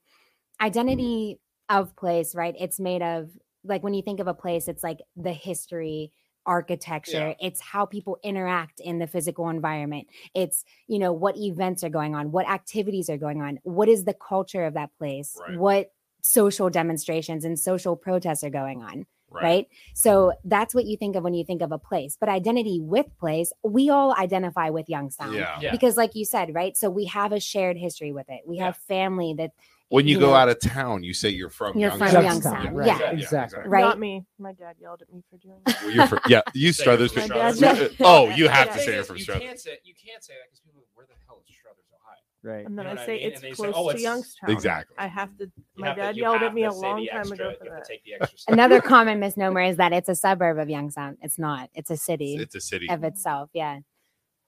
S4: identity of place, right? It's made of like when you think of a place, it's like the history, architecture, it's how people interact in the physical environment. It's, you know, what events are going on, what activities are going on, what is the culture of that place,
S2: Right.
S4: what social demonstrations and social protests are going on, right.
S2: Right.
S4: So that's what you think of when you think of a place. But identity with place, we all identify with Youngstown
S2: Yeah.
S13: Yeah.
S4: because, like you said, right? So we have a shared history with it. We have family that
S2: When you go
S4: Yeah.
S2: out of town, you say you're from
S4: You're
S2: Youngstown.
S4: from
S5: Youngstown,
S4: Youngstown.
S5: right.
S4: Yeah.
S5: Yeah, exactly.
S4: Right.
S6: Not me. My dad yelled at me for doing that.
S2: Well, you're from, yeah, you
S3: Say
S2: Struthers.
S3: you're
S6: from My
S2: Struthers.
S6: dad's-
S2: Oh, you have
S6: Yeah.
S2: to say you're
S3: you
S2: from Struthers.
S3: can't say you can't say that because people are like, where the hell is Struthers, Ohio?
S5: Right.
S6: And then
S3: You know
S6: I
S3: what I
S6: say
S3: mean? And
S6: it's
S3: they say,
S6: close
S3: "Oh,
S6: to
S3: it's-
S6: Youngstown.
S2: Exactly.
S6: I have to.
S3: You
S6: My
S3: have to-
S6: dad
S3: you
S6: yelled
S3: have
S6: at me
S3: to
S6: a
S3: say
S6: long
S3: the
S6: time
S3: extra-
S6: ago for
S3: You have
S6: that.
S3: to take the extra step.
S4: Another common misnomer is that it's a suburb of Youngstown. It's not. It's a city
S2: It's a city.
S4: of itself. Yeah.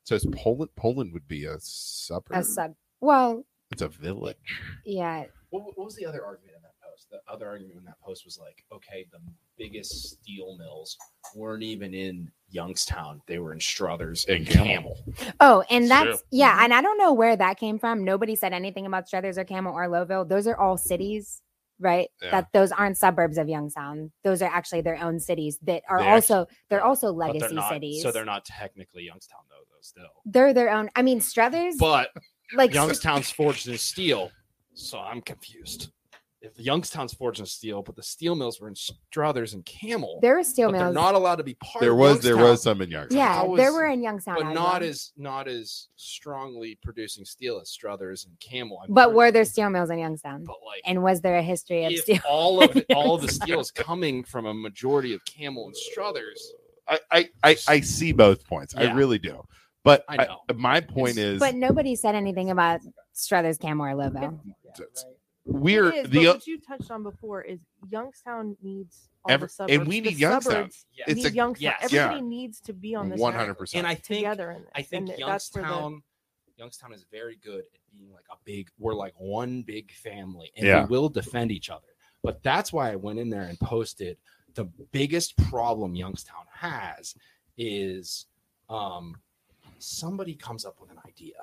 S2: So it's Poland. Poland would be a suburb.
S4: A sub. Well,
S2: it's a village.
S4: yeah.
S3: What, what was the other argument in that post? The other argument in that post was like, okay, the biggest steel mills weren't even in Youngstown; they were in Struthers and Camel.
S4: Oh, and
S2: It's
S4: that's
S2: true.
S3: Mm-hmm.
S4: yeah, and I don't know where that came from. Nobody said anything about Struthers or Camel or Lowville. Those are all cities, right?
S2: Yeah.
S4: That those aren't suburbs of Youngstown. Those are actually their own cities that are
S3: They actually-
S4: also they're also
S3: But
S4: legacy
S3: they're not,
S4: cities.
S3: So they're not technically Youngstown though, though still.
S4: They're their own. I mean, Struthers,
S3: But
S4: like
S3: Youngstown's forged in steel, so I'm confused. If Youngstown's forged in steel, but the steel mills were in Struthers and Camel,
S4: there are steel
S3: but they're
S4: mills.
S3: not allowed to be part.
S2: There
S3: of
S2: was there
S3: Youngstown.
S2: was some in Youngstown.
S4: yeah,
S3: I
S4: there
S3: was-
S4: were in Youngstown,
S3: but
S4: I
S3: not
S4: know.
S3: as not as strongly producing steel as Struthers and Camel. I'm
S4: But
S3: pretty-
S4: were there steel mills in Youngstown?
S3: But like,
S4: And was there a history of
S3: if
S4: steel?
S3: all of the- all of the steel is coming from a majority of Camel and Struthers,
S2: I, I, I, I see both points. I
S3: Yeah.
S2: really do. But
S3: I know.
S2: I- uh, my point is
S4: But nobody said anything about Struthers, Camel, or Lowville.
S2: we're
S6: It is, but
S2: the
S6: what you touched on before is Youngstown needs all
S2: Every-
S6: the
S2: and
S6: suburbs.
S2: we
S6: The
S2: need Youngstown.
S6: suburbs
S3: yeah,
S2: It's
S6: need
S2: a-
S6: Youngstown.
S3: yes.
S6: Everybody needs to be on this.
S2: one hundred percent.
S3: and I think
S6: together in this.
S3: I think
S6: and that's where the-
S3: Youngstown, Youngstown is very good at being like a big. We're like one big family, and
S2: Yeah.
S3: we will defend each other. But that's why I went in there and posted the biggest problem Youngstown has is um, somebody comes up with an idea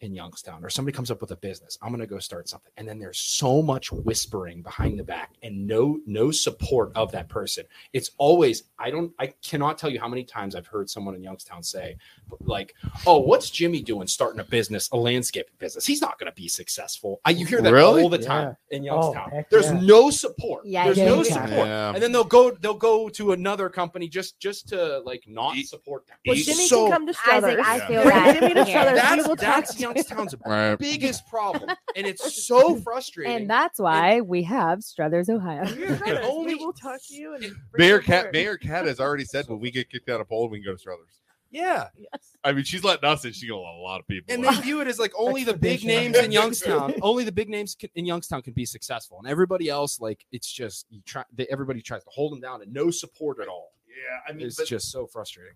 S3: in Youngstown or somebody comes up with a business. I'm going to go start something, and then there's so much whispering behind the back and no no support of that person. It's always I don't I cannot tell you how many times I've heard someone in Youngstown say like oh, what's Jimmy doing starting a business, a landscaping business? He's not going to be successful. I, you hear that
S2: Really?
S3: all the time in Youngstown.
S5: Oh, heck
S3: There's
S5: yeah.
S3: no support.
S4: Yeah,
S3: There's
S5: yeah,
S3: no
S5: yeah.
S3: support.
S2: Yeah.
S3: And then they'll go they'll go to another company just just to like not
S2: E-
S3: support them.
S6: Well,
S2: It's
S6: Jimmy
S3: so-
S6: can come to
S4: Isaac,
S6: Struthers.
S4: I
S2: Yeah.
S4: feel
S6: Bring
S4: that.
S6: Jimmy to
S4: here.
S6: Struthers. He
S3: That's
S6: will talk
S3: that's
S6: to you.
S3: Youngstown's
S2: Right.
S3: biggest problem, and it's so frustrating.
S4: And that's why we have Struthers, Ohio.
S6: Come to Struthers.
S3: Only-
S6: we will talk to you. And bring
S2: Mayor
S6: you
S2: Cat
S6: word.
S2: Mayor Cat has already said when we get kicked out of Poland, we can go to Struthers.
S3: yeah,
S6: Yes.
S2: I mean, she's letting us in. She's gonna let a lot of people.
S3: and
S2: in.
S3: they view it as like only the big
S5: Expedition.
S3: names in Youngstown, only the big names can, in Youngstown can be successful, and everybody else like it's just you try. They, everybody tries to hold them down, and no support at all.
S2: yeah, I mean,
S3: It's
S2: but
S3: just so frustrating.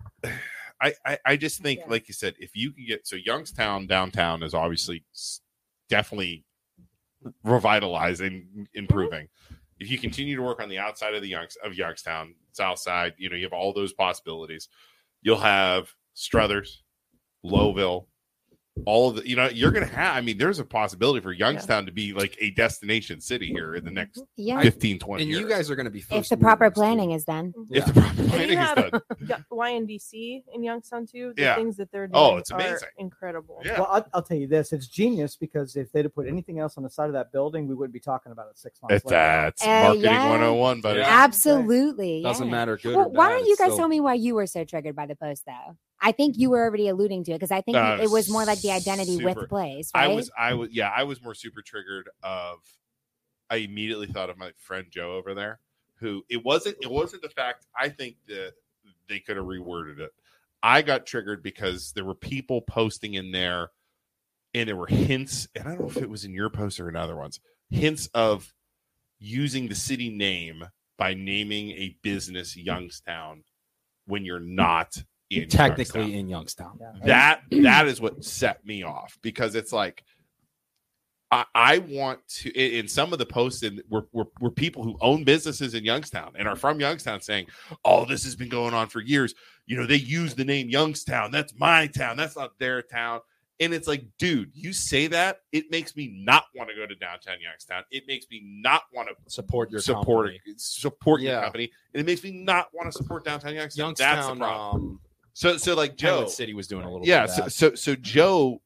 S2: I, I, I just think,
S4: Yeah.
S2: like you said, if you can get so Youngstown downtown is obviously s- definitely
S4: Mm-hmm.
S2: revitalizing, improving. If you continue to work on the outside of the Youngs of Youngstown, south side, you know, you have all those possibilities. You'll have Struthers, Lowville, all of the, you know, you're gonna have. I mean, there's a possibility for Youngstown to be like a destination city here in the next
S4: Yeah.
S2: 15, 20
S3: And
S2: years.
S3: you guys are going to be
S4: if
S3: first
S4: the proper
S3: movers, too.
S4: planning is done.
S2: if the proper planning is
S6: have-
S2: done,
S6: Y- YNDC in Youngstown too. The
S2: Yeah.
S6: things that they're doing
S2: Oh, it's
S6: are
S2: amazing.
S6: incredible.
S2: yeah.
S5: Well, I'll, I'll tell you this: it's genius because if they'd have put anything else on the side of that building, we wouldn't be talking about it six months
S2: If
S5: later.
S2: that's
S4: Uh,
S2: marketing
S4: yeah.
S2: 101, buddy.
S3: Yeah.
S4: Absolutely.
S3: doesn't
S4: yeah.
S3: matter. Good.
S4: Well,
S3: or
S4: why
S3: bad,
S4: don't
S3: it's
S4: you guys
S3: still-
S4: tell me why you were so triggered by the post, though? I think you were already alluding to it because I think
S2: Uh,
S4: it was more like the identity
S2: super.
S4: with place, right?
S2: I was, I was, yeah, I was more super triggered of. I immediately thought of my friend Joe over there, who it wasn't. It wasn't the fact. I think that they could have reworded it. I got triggered because there were people posting in there, and there were hints, and I don't know if it was in your post or in other ones, hints of using the city name by naming a business Youngstown when you're not in Youngstown
S3: technically in Youngstown.
S5: Yeah.
S2: that that is what set me off because it's like I, I want to in in some of the posts and we're, we're, we're people who own businesses in Youngstown and are from Youngstown saying, Oh, this has been going on for years. You know, they use the name Youngstown. That's my town. That's not their town. And it's like, dude, you say that, it makes me not want to go to downtown Youngstown. It makes me not want to
S3: Support your
S2: support
S3: company.
S2: support your
S3: Yeah.
S2: company. And it makes me not want to support downtown Youngstown.
S3: Youngstown.
S2: That's the problem.
S3: Um,
S2: So so like
S3: Joe
S2: Joe
S3: City was doing a little.
S2: yeah
S3: Bit
S2: so,
S3: of that.
S2: so so joe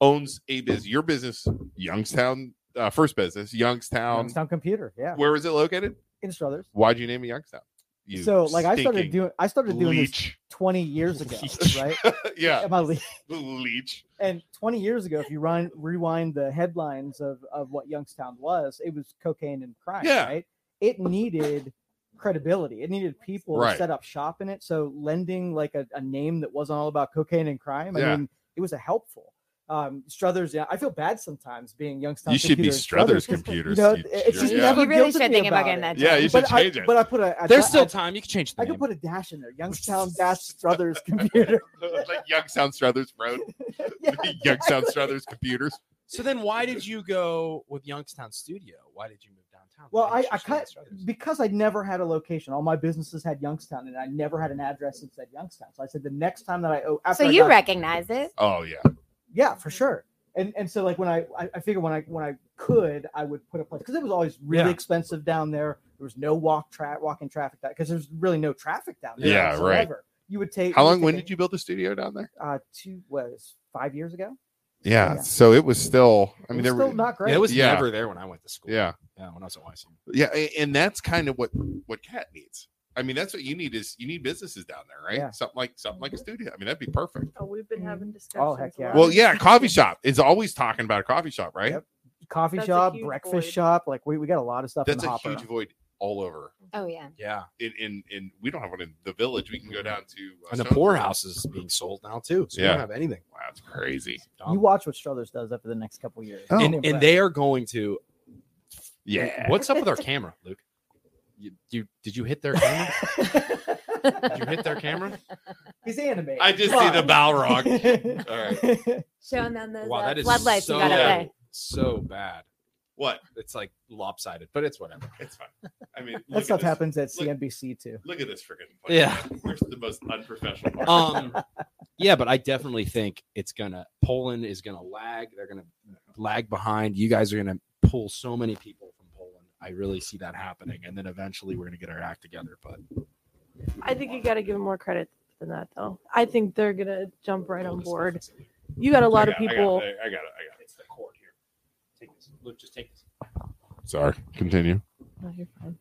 S2: owns a business your business youngstown uh, first business youngstown,
S15: Um,
S5: Youngstown computer, yeah,
S2: where is it located
S5: in Struthers.
S2: why'd you name it youngstown
S15: You
S5: so like I started
S15: stinking
S5: doing I started doing this
S15: leech.
S5: 20 years ago,
S15: Leech.
S5: right?
S2: yeah,
S5: Am I le-
S2: leech.
S5: And 20 years ago, if you run rewind the headlines of, of what Youngstown was, it was cocaine and crime,
S15: Yeah.
S5: right? It needed credibility. It needed people
S15: Right.
S5: to set up shop in it. So lending like a, a name that wasn't all about cocaine and crime, I
S15: Yeah.
S5: mean, it was a helpful. Um, Struthers, yeah, I feel bad sometimes being Youngstown.
S15: You should be
S5: Computer and
S15: Struthers
S5: 'cause,
S15: Computers,
S5: You know,
S15: you
S5: it's just
S15: jerk.
S5: never
S4: You really
S5: guilted
S4: should
S5: me
S4: think about
S5: about
S4: getting
S5: it.
S4: that.
S2: Yeah,
S4: down.
S2: you should
S5: But I,
S2: change it.
S5: but I put a, a
S3: There's
S5: da-
S3: still
S5: I-
S3: time. You can change the
S5: I
S3: name.
S5: could put a dash in there. Youngstown dash Struthers computer.
S2: like Youngstown Struthers Road,
S5: yeah,
S2: Youngstown Struthers Computers.
S3: so then, why did you go with Youngstown Studio? Why did you move downtown?
S5: Well,
S3: Why
S5: I-
S3: did you
S5: I
S3: choose
S5: cut-
S3: Struthers?
S5: because I never had a location, all my businesses had Youngstown, and I never had an address that said Youngstown. So I said the next time that I oh, after
S4: So
S5: I
S4: you
S5: got-
S4: recognize it.
S2: Oh yeah,
S5: yeah, for sure. And and so like when I I, I figured when I when I could I would put a place because it was always really
S3: Yeah.
S5: expensive down there. There was no walk tra- walking traffic because there's really no traffic down there.
S2: Yeah, right.
S5: whatsoever. You would take
S2: How long? When did you build the studio down there?
S5: Uh, two was five years ago.
S2: Yeah,
S5: Yeah.
S2: so it was still. I mean,
S5: it was
S2: there
S5: still
S2: were,
S5: not great.
S3: Yeah, it was
S2: Yeah.
S3: never there when I went to school.
S2: yeah,
S3: yeah when I was at YC.
S2: yeah, a- and that's kind of what what Cat needs. I mean, that's what you need is you need businesses down there, right?
S5: Yeah. Mm-hmm.
S2: Something like something like a studio. I mean, that'd be perfect.
S6: Oh, we've been having
S4: Mm-hmm.
S6: discussions.
S5: Oh, heck yeah.
S6: about
S2: Well,
S6: it.
S2: yeah, coffee shop is always talking about a coffee shop, right?
S5: Yep. coffee
S6: That's a
S5: shop,
S6: huge
S5: breakfast
S6: void.
S5: shop. Like we, we got a lot of stuff
S2: That's
S5: in the
S2: a
S5: hopper.
S2: huge void all over.
S4: Oh yeah.
S3: Yeah,
S2: In in in we don't have one in the village. We can go down to uh,
S3: and the
S2: Stone-
S3: poorhouse is being sold now too. So we
S2: Yeah.
S3: don't have anything.
S2: Wow, that's crazy.
S5: you
S3: Dumb.
S5: watch what Struthers does over the next couple years.
S2: Oh.
S3: and, and they are going to.
S2: Yeah,
S3: What's up with our camera, Luke? You, you did you hit their camera? Did you hit their camera?
S5: He's animated.
S2: I just see
S5: Come
S2: the
S5: on.
S2: Balrog.
S4: Showing them those
S3: Wow,
S4: uh,
S3: that is
S4: floodlights
S3: so
S4: you got up there.
S3: so bad.
S2: what?
S3: It's like lopsided, but it's whatever.
S2: It's fine. I mean, look
S5: that
S2: at
S5: stuff
S2: this-
S5: happens at
S2: Look-
S5: CNBC too.
S2: Look at this freaking.
S3: Yeah.
S2: Where's the most unprofessional? part?
S3: Um, yeah, but I definitely think it's gonna. Poland is gonna lag. They're gonna lag behind. You guys are gonna pull so many people from Poland. I really see that happening, and then eventually we're gonna get our act together. But
S6: I think you got to give them more credit than that, though. I think they're gonna jump right on board. You got a lot of
S2: I got-
S6: people.
S2: I got, it, I got it. I got
S3: it's the cord here. Take this, Luke. Just take this.
S2: it. Sorry. Continue.
S6: No, you're fine.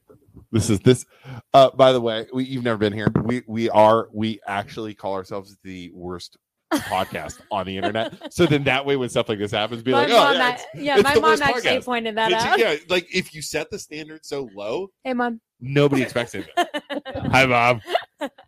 S2: This is this. Uh, by the way, we, you've never been here. We we are we actually call ourselves the worst podcast on the internet. So then that way, when stuff like this happens, be
S4: my
S2: like, oh
S4: mom,
S2: yeah,
S4: yeah,
S2: it's-
S4: yeah,
S2: it's
S4: my
S2: the
S4: mom
S2: worst
S4: actually
S2: podcast.
S4: pointed that
S2: it's-
S4: out.
S2: yeah, like if you set the standard so low,
S4: Hey, mom.
S2: nobody expects anything. Hi, Bob.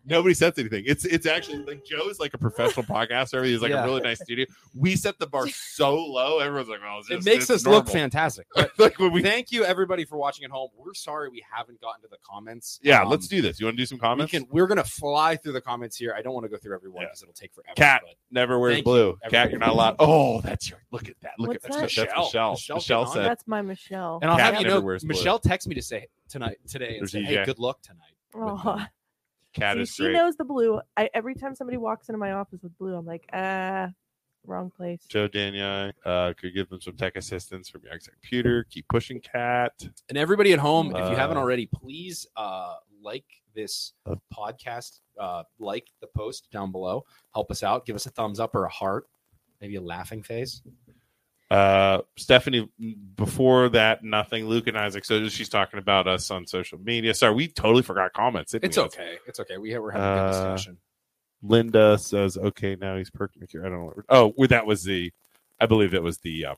S2: Nobody sets anything. It's it's actually like Joe's like a professional podcaster. He's like
S3: Yeah.
S2: a really nice studio. We set the bar so low, everyone's like, "Oh,
S3: It
S2: this,
S3: makes
S2: this
S3: us
S2: is
S3: look
S2: normal."
S3: fantastic. But
S2: like when we,
S3: thank you everybody for watching at home. We're sorry we haven't gotten to the comments.
S2: yeah,
S3: Um,
S2: let's do this. You want to do some
S3: We
S2: comments?
S3: can, we're gonna fly through the comments here. I don't want to go through every one
S2: Yeah.
S3: because it'll take forever.
S2: Cat.
S3: but-
S2: Never wears
S3: Thank
S2: blue.
S3: you, everybody.
S2: Cat, you're not allowed. Oh, that's your. Look at that. Look
S6: What's
S2: at that.
S6: that?
S2: That's Michelle. Michelle,
S3: Michelle
S2: Michelle
S3: Pinon?
S2: said.
S6: That's my Michelle.
S3: And I'll
S2: Cat
S3: have you
S2: never
S3: know,
S2: wears blue.
S3: Michelle texted me to say tonight today and
S2: There's E
S3: say,
S2: EJ.
S3: "Hey, good luck tonight." with
S6: Oh.
S3: them."
S2: Cat
S6: See,
S2: is
S6: she
S2: great.
S6: knows the blue. I, every time somebody walks into my office with blue, I'm like, ah, wrong place.
S2: Joe Daniel uh, could give them some tech assistance from your computer. Keep pushing, Cat.
S3: And everybody at home, if you
S2: Uh,
S3: haven't already, please uh, like this podcast, uh, like the post down below. Help us out. Give us a thumbs up or a heart, maybe a laughing face.
S2: Uh, Stephanie, before that, nothing. Luke and Isaac. So she's talking about us on social media. Sorry, we totally forgot comments. didn't
S3: It's
S2: we?
S3: okay. It's okay. We we're having a
S2: Uh,
S3: good discussion.
S2: Linda says, "Okay, now he's perking here." I don't know. What, oh, well, that was the. I believe that was the uh,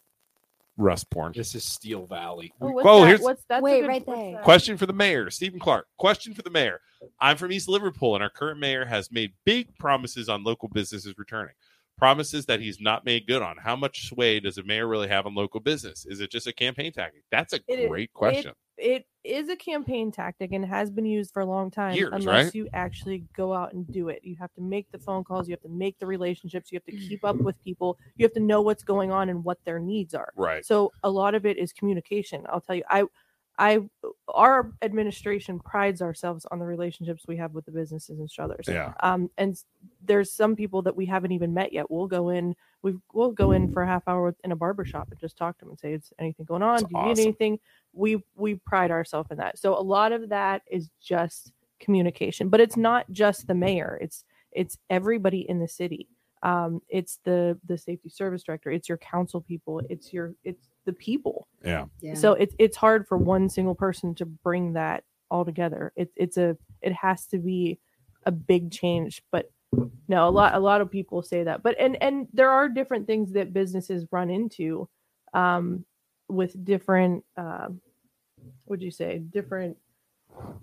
S2: rust porn.
S3: This is Steel Valley.
S6: Oh, what's
S2: Whoa,
S6: that?
S2: here's-
S6: What's that's a
S4: Wait,
S6: good-
S4: right
S6: what's
S4: there.
S6: that?
S2: Question for the mayor, Stephen Clark. Question for the mayor. I'm from East Liverpool, and our current mayor has made big promises on local businesses returning. Promises that he's not made good on. How much sway does a mayor really have on local business? Is it just a campaign tactic? That's a
S6: It is-
S2: great question.
S6: It is a campaign tactic and has been used for a long time.
S2: Years,
S6: unless
S2: right?
S6: you actually go out and do it, you have to make the phone calls, you have to make the relationships, you have to keep
S2: Mm-hmm.
S6: up with people, you have to know what's going on and what their needs are.
S2: right.
S6: So a lot of it is communication. I'll tell you, I, I, our administration prides ourselves on the relationships we have with the businesses and Struthers.
S2: Yeah.
S6: Um, and s- there's some people that we haven't even met yet. We'll go in, we we'll go in for a half hour with- in a barber shop and just talk to them and say, "Is anything going on?
S2: That's
S6: Do you need
S2: awesome.
S6: anything?" We we pride ourselves in that. So a lot of that is just communication, but it's not just the mayor. It's it's everybody in the city um, it's the the safety service director it's your council people it's your it's the people
S2: Yeah.
S4: Yeah.
S6: so it's it's hard for one single person to bring that all together it, it's a It has to be a big change. But no, a lot a lot of people say that. But and and there are different things that businesses run into um, with different um, would you say different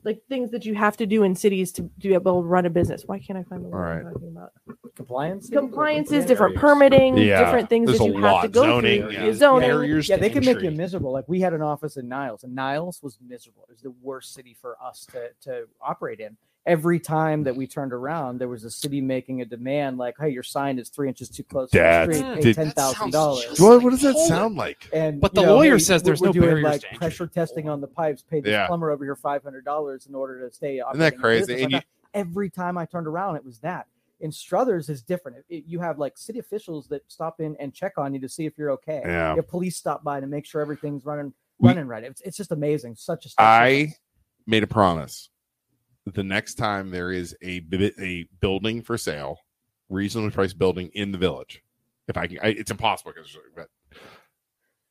S6: like things that you have to do in cities to, to be able to run a business. Why can't I find the word
S2: All
S6: I'm talking about?
S5: Compliance.
S6: Compliance is different, permitting,
S2: Yeah.
S6: different things
S2: There's
S6: that
S2: a
S6: you have
S2: lot.
S6: to go
S2: Zoning,
S6: through.
S2: yeah.
S6: Zoning.
S2: barriers.
S5: Yeah,
S2: to
S5: they can make you
S2: entry.
S5: miserable. Like we had an office in Niles, and Niles was miserable. It was the worst city for us to to operate in. Every time that we turned around, there was a city making a demand, like, "Hey, your sign is three inches too close
S2: That's-
S5: to the street. Pay
S2: did-
S5: ten thousand dollars."
S2: What, what does that sound like?
S5: And
S3: But
S5: you
S3: the
S5: know,
S3: lawyer
S5: hey,
S3: says
S5: we're-
S3: there's
S5: we're
S3: no
S5: doing,
S3: barriers
S5: like
S3: to entry.
S5: pressure testing on the pipes. Paid this
S2: Yeah.
S5: plumber over here five hundred dollars in order to stay.
S2: Isn't that
S5: operating the
S2: crazy?
S5: business.
S2: And
S5: Like, every time I turned around, it was that. In Struthers is different. It- it- you have like city officials that stop in and check on you to see if you're okay.
S2: Yeah.
S5: Your police stop by to make sure everything's running
S2: We-
S5: running right. It's, it's just amazing. Such a step
S2: I
S5: change.
S2: made a promise. The next time there is a bi- a building for sale, reasonably priced building in the village, if I can, I, it's impossible because but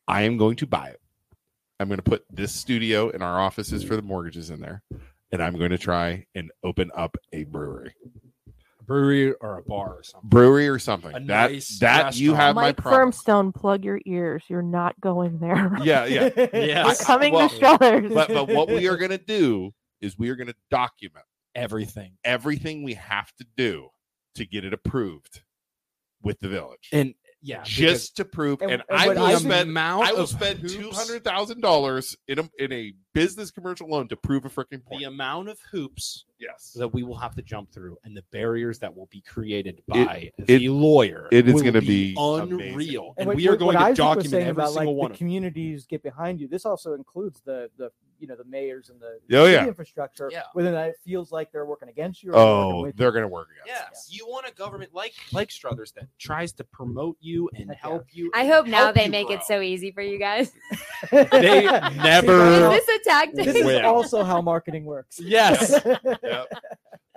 S2: I am going to buy it. I'm going to put this studio and our offices for the mortgages in there, and I'm going to try and open up a brewery,
S16: A brewery or a bar or something.
S2: brewery or something.
S3: A
S2: that
S3: nice
S2: that you have my
S6: Mike
S2: promise.
S6: Firmstone, plug your ears. You're not going there.
S2: Yeah, uh, yeah.
S3: Yeah.
S6: You're
S2: I-
S6: coming
S2: well,
S6: to Struthers.
S2: But but what we are going to do is we are going to document.
S3: everything.
S2: everything we have to do to get it approved with the village.
S3: And yeah,
S2: just to prove, and,
S5: And- and
S2: I
S5: what
S2: will
S5: I think-
S2: spend,
S3: amount
S2: I will
S3: of
S2: spend
S3: hoops-
S2: two hundred thousand dollars in a in a business commercial loan to prove a freaking point.
S3: the amount of hoops
S2: yes,
S3: that we will have to jump through and the barriers that will be created by
S2: it-
S3: the lawyer.
S2: it is
S3: will
S2: gonna be amazing.
S3: unreal. And
S5: what-
S3: we are
S5: what- what
S3: going to
S5: Isaac was
S3: document
S5: saying
S3: every
S5: about,
S3: single
S5: like,
S3: one
S5: the
S3: of them.
S5: communities get behind you. This also includes the the you know the mayors and the
S2: Oh,
S5: city
S2: yeah.
S5: infrastructure.
S3: Yeah.
S5: Whether that feels like they're working against you. Or working
S2: oh,
S5: with you.
S2: they're gonna work against. us.
S3: Yes, you want a government like like Struthers that tries to promote you and
S5: Heck yeah.
S3: help you.
S4: I
S3: and
S4: hope now
S3: help
S4: they
S3: you
S4: make it
S3: grow.
S4: so easy for you guys.
S3: They
S4: is
S3: never.
S4: this a tactic?
S5: this is
S3: Well.
S5: also how marketing works.
S3: yes.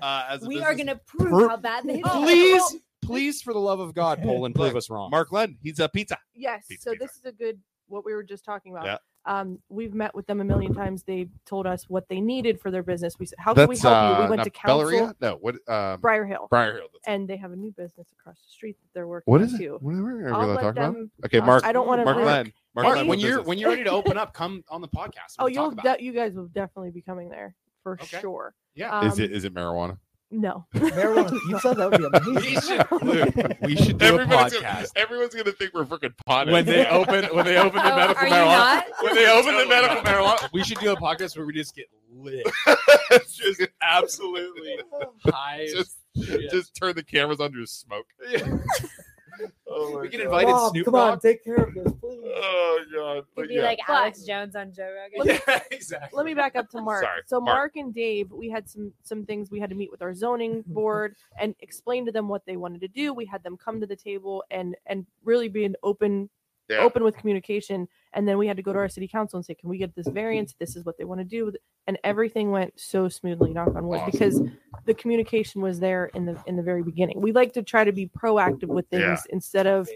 S17: Uh, as a
S4: we are going
S17: business-
S4: to prove
S3: Per-
S4: how bad they are.
S3: Please, please, for the love of God, Poland, prove us wrong.
S2: Mark Len, he's a pizza.
S6: yes.
S2: Pizza,
S6: So
S2: pizza.
S6: this is a good what we were just talking about.
S2: Yeah.
S6: Um, we've met with them a million times. They told us what they needed for their business. We said, "How can we
S2: That's
S6: help
S2: uh,
S6: you?" We went
S2: not
S6: to council,
S2: Belleria? No, what? Um,
S6: Briar Hill,
S2: Briar Hill. That's-
S6: and they have a new business across the street that they're working.
S2: What is
S6: on,
S2: it?
S6: Too.
S2: What are we ever
S6: I'll
S2: gonna
S6: let
S2: talk about?
S6: them-
S2: Okay, Mark.
S6: I don't want to.
S2: Mark Len. Mark
S6: Mark,
S2: Len.
S3: when
S2: what
S3: you're
S2: business?
S3: when you're ready to open up, come on the podcast.
S6: Oh,
S3: We'll
S6: you'll
S3: talk about
S6: de-
S3: it.
S6: you guys will definitely be coming there for
S3: Okay.
S6: sure.
S3: yeah.
S2: is
S6: um,
S2: it is it marijuana?
S6: No.
S5: Marijuana pizza? That would be amazing.
S3: we should do a
S2: Everybody's
S3: podcast.
S2: Gonna, everyone's gonna think we're freaking potted
S3: When they open, when they open the
S4: Oh,
S3: medical
S4: are you
S3: marijuana,
S4: not?
S2: when they open the
S3: Totally
S2: medical
S3: not.
S4: uh,
S2: marijuana.
S3: we should do a podcast where we just get lit,
S2: It's just
S3: absolutely high. as
S2: Just-
S3: shit.
S2: just turn the cameras on to smoke.
S17: Oh my
S3: we get
S17: God.
S3: invited
S5: Mom,
S3: Snoop
S5: come on,
S3: Dogg.
S5: take care of this, please.
S2: Oh god.
S4: Could
S2: But
S4: be
S2: yeah.
S4: like
S6: But-
S4: Alex Jones on Joe Rogan.
S3: Yeah, exactly.
S6: Let me back up to Mark.
S2: Sorry,
S6: so
S2: Mark.
S6: Mark. and Dave, we had some some things we had to meet with our zoning board and explain to them what they wanted to do. We had them come to the table and and really be an open
S2: Yeah.
S6: open with communication. And then we had to go to our city council and say, "Can we get this variance? This is what they want to do." And everything went so smoothly, knock on wood,
S2: Awesome.
S6: because the communication was there in the in the very beginning. We like to try to be proactive with things
S2: Yeah.
S6: instead of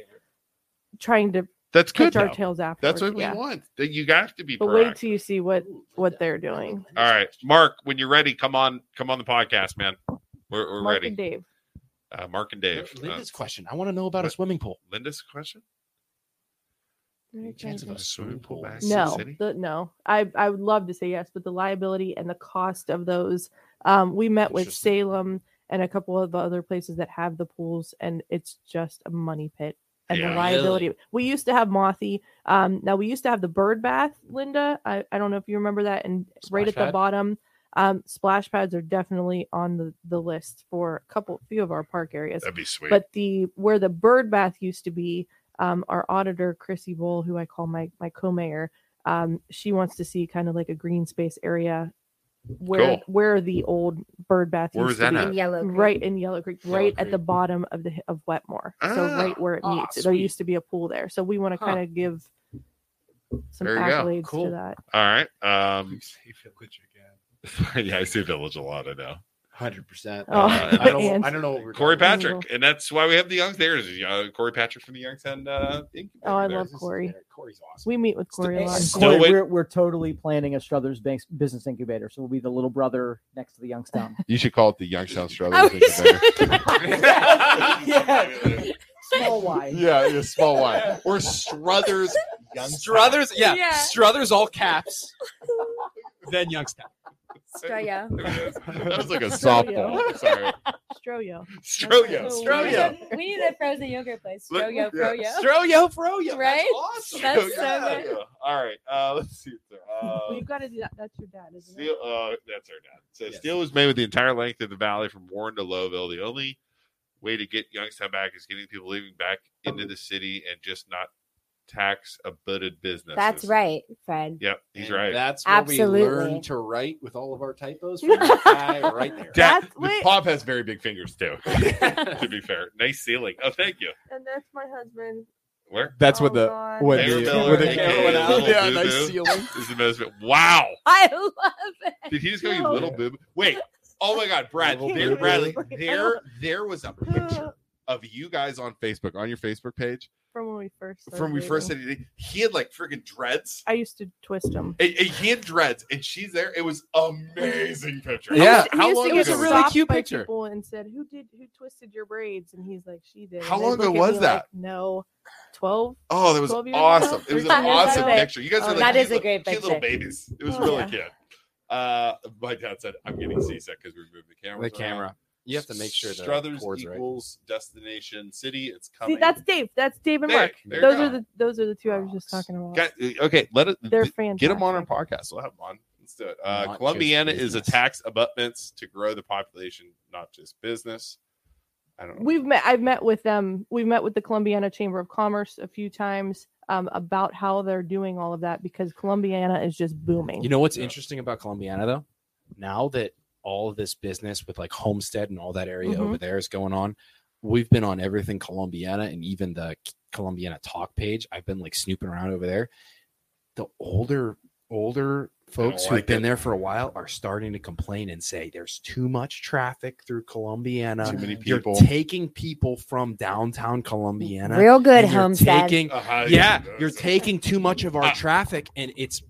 S6: trying to
S2: that's good.
S6: catch our
S2: though.
S6: tails after.
S2: That's what we want. That you have to be
S6: But wait
S2: proactive.
S6: till you see what what they're doing.
S2: All right, Mark. When you're ready, come on, come on the podcast, man. We're, we're
S6: Mark
S2: ready.
S6: and Dave.
S2: uh, Mark and Dave. Uh,
S3: Linda's question. I want to know about a
S2: what-
S3: swimming pool.
S2: Linda's question.
S3: Any chance of a swimming pool?
S2: back in the
S6: No,
S2: city?
S6: the, no. I I would love to say yes, but the liability and the cost of those. Um, we met with
S3: Interesting.
S6: Salem and a couple of other places that have the pools, and it's just a money pit. And
S2: Yeah.
S6: the liability. We used to have Mothy. Um, now we used to have the bird bath, Linda. I, I don't know if you remember that. And right
S3: Splash
S6: at the
S3: pad?
S6: bottom, um, splash pads are definitely on the, the list for a couple, few of our park areas.
S2: That'd be sweet.
S6: but the where the bird bath used to be um, our auditor chrissy bull who i call my my co-mayor um, she wants to see kind of like a green space area where
S2: Cool.
S6: where the old bird bath
S2: Where
S6: used
S2: was
S6: to
S2: that
S6: be.
S4: In yellow. Creek.
S6: right in yellow creek
S3: Yellow
S6: right at
S3: Creek.
S6: the bottom of the of wetmore so
S2: Ah,
S6: right where it
S3: ah,
S6: meets there
S3: sweet.
S6: used to be a pool there so we want to
S3: Huh.
S6: kind of give some
S2: There you go.
S6: accolades
S3: Cool.
S6: to that
S2: All right. Um,
S3: Say village again.
S2: yeah, I see Village a lot. I know.
S18: Hundred percent.
S6: Oh,
S18: I don't.
S6: and-
S18: I don't know what we're
S2: Corey
S18: talking
S2: Patrick, and that's why we have the young. There's uh, Corey Patrick from the Youngstown. Uh, incubator
S6: Oh, I
S2: there.
S6: love
S18: about.
S6: Corey.
S18: Corey's awesome.
S6: We meet with Corey a lot.
S5: And
S2: Snow
S5: Corey,
S2: it.
S5: we're, we're totally planning a Struthers Banks business incubator. So we'll be the little brother next to the Youngstown.
S18: You should call it the Youngstown
S4: I
S18: Struthers.
S4: was-
S18: Incubator.
S5: Yeah. Small Y.
S18: yeah, yeah, small Y or Struthers.
S3: Struthers, yeah,
S4: Yeah.
S3: Struthers all caps. then Youngstown.
S4: Australia.
S18: that was like a
S6: Stroyo.
S18: softball. Sorry,
S6: Stroyo.
S18: Stroyo.
S6: That's
S4: We need
S18: Stroyo.
S4: a- We need a frozen yogurt place.
S2: Look,
S4: Froyo,
S2: yeah.
S4: froyo.
S3: Stroyo, froyo.
S4: Right?
S2: Awesome.
S4: That's so
S2: Yeah.
S4: good.
S2: All right. Uh, let's see. if there-
S6: Well,
S2: Uh,
S6: You've got to do that. That's your dad, isn't
S2: Steel,
S6: it?
S2: uh, that's our dad. So
S3: Yes.
S2: steel was made with the entire length of the valley from Warren to Lowville. The only way to get Youngstown back is getting people leaving back into the city and just not tax abutted business.
S4: That's right, Fred.
S2: Yep, he's
S3: And
S2: right.
S3: That's
S18: That's where
S4: Absolutely.
S18: we learn to write with all of our typos. From that guy right there.
S2: Dad,
S6: That's- wait.
S2: Pop has very big fingers too. to be fair, nice ceiling. Oh, thank you.
S6: And that's my husband.
S2: Where
S3: That's what
S6: Oh,
S3: the
S6: God.
S3: what
S2: Mayor
S3: the,
S2: Miller,
S3: what the
S2: aka
S3: camera went out.
S2: Little
S3: Yeah,
S2: Boo
S3: nice
S2: Boo.
S3: ceiling.
S2: is the most? Wow!
S4: I love it.
S2: Did he just call you
S6: No.
S2: little boob? Wait. Oh my God, Brad.
S18: Little
S2: There,
S18: Boo Boo.
S2: Bradley. There, there was a picture of you guys on Facebook on your Facebook page.
S6: From when we first. started
S2: from we first
S6: dating.
S2: said it, he had like freaking dreads.
S6: I used to twist him.
S2: And- and he had dreads, and she's there. It was amazing picture.
S3: Yeah.
S6: He
S2: how
S6: used
S2: long
S6: to
S2: ago?
S6: get
S3: It's a
S2: was
S3: really
S6: stopped
S3: cute
S6: by
S3: picture.
S6: people and said, "Who did? Who twisted your braids?" And he's like, "She did."
S2: How
S6: And they
S2: long
S6: look
S2: ago
S6: at me
S2: was
S6: like,
S2: that?
S6: no, twelve.
S2: Oh, that was
S6: 12 years
S2: awesome.
S6: ago?
S2: It was an
S4: 13 years
S2: awesome
S4: ago?
S2: picture. You guys
S6: Oh,
S2: were like
S4: that
S2: cute
S4: is a
S2: little-
S4: great
S2: cute little
S4: picture.
S2: babies. It was
S6: Oh,
S2: really
S6: yeah.
S2: cute. Uh, my dad said, "I'm getting seasick because we moved the camera."
S3: The camera.
S18: You have to make sure the
S2: Struthers
S18: chord's right.
S2: equals destination city. It's
S6: See,
S2: coming.
S6: that's Dave. That's Dave and
S2: Oh, There-
S6: Mark.
S2: there you
S6: Those
S2: go.
S6: are the those are the two I was just talking about.
S2: Guys, uh, okay. Let it.
S6: They're fantastic.
S2: Get them on our podcast. We'll have them on. Let's do it. Uh,
S18: Not
S2: Columbiana
S18: just
S2: is a
S18: business.
S2: tax abutments to grow the population, not just business. I don't know.
S6: We've met. I've met with them. We've met with the Columbiana Chamber of Commerce a few times um, about how they're doing all of that because Columbiana is just booming.
S3: You know what's
S2: Yeah.
S3: interesting about Columbiana though? Now that all of this business with like Homestead and all that area
S4: Mm-hmm.
S6: Mhm.
S3: over there is going on, we've been on everything Columbiana and even the Columbiana talk page. I've been like snooping around over there. The older older folks who've
S2: like
S3: been
S2: it.
S3: there for a while are starting to complain and say there's too much traffic through Columbiana.
S2: too many
S3: You're
S2: people.
S3: taking people from downtown Columbiana.
S4: Real good
S3: and you're
S4: homestead.
S3: Taking
S2: Uh-huh,
S3: yeah, you're
S2: that's-
S3: taking too much of
S2: Ah.
S3: our traffic, and it's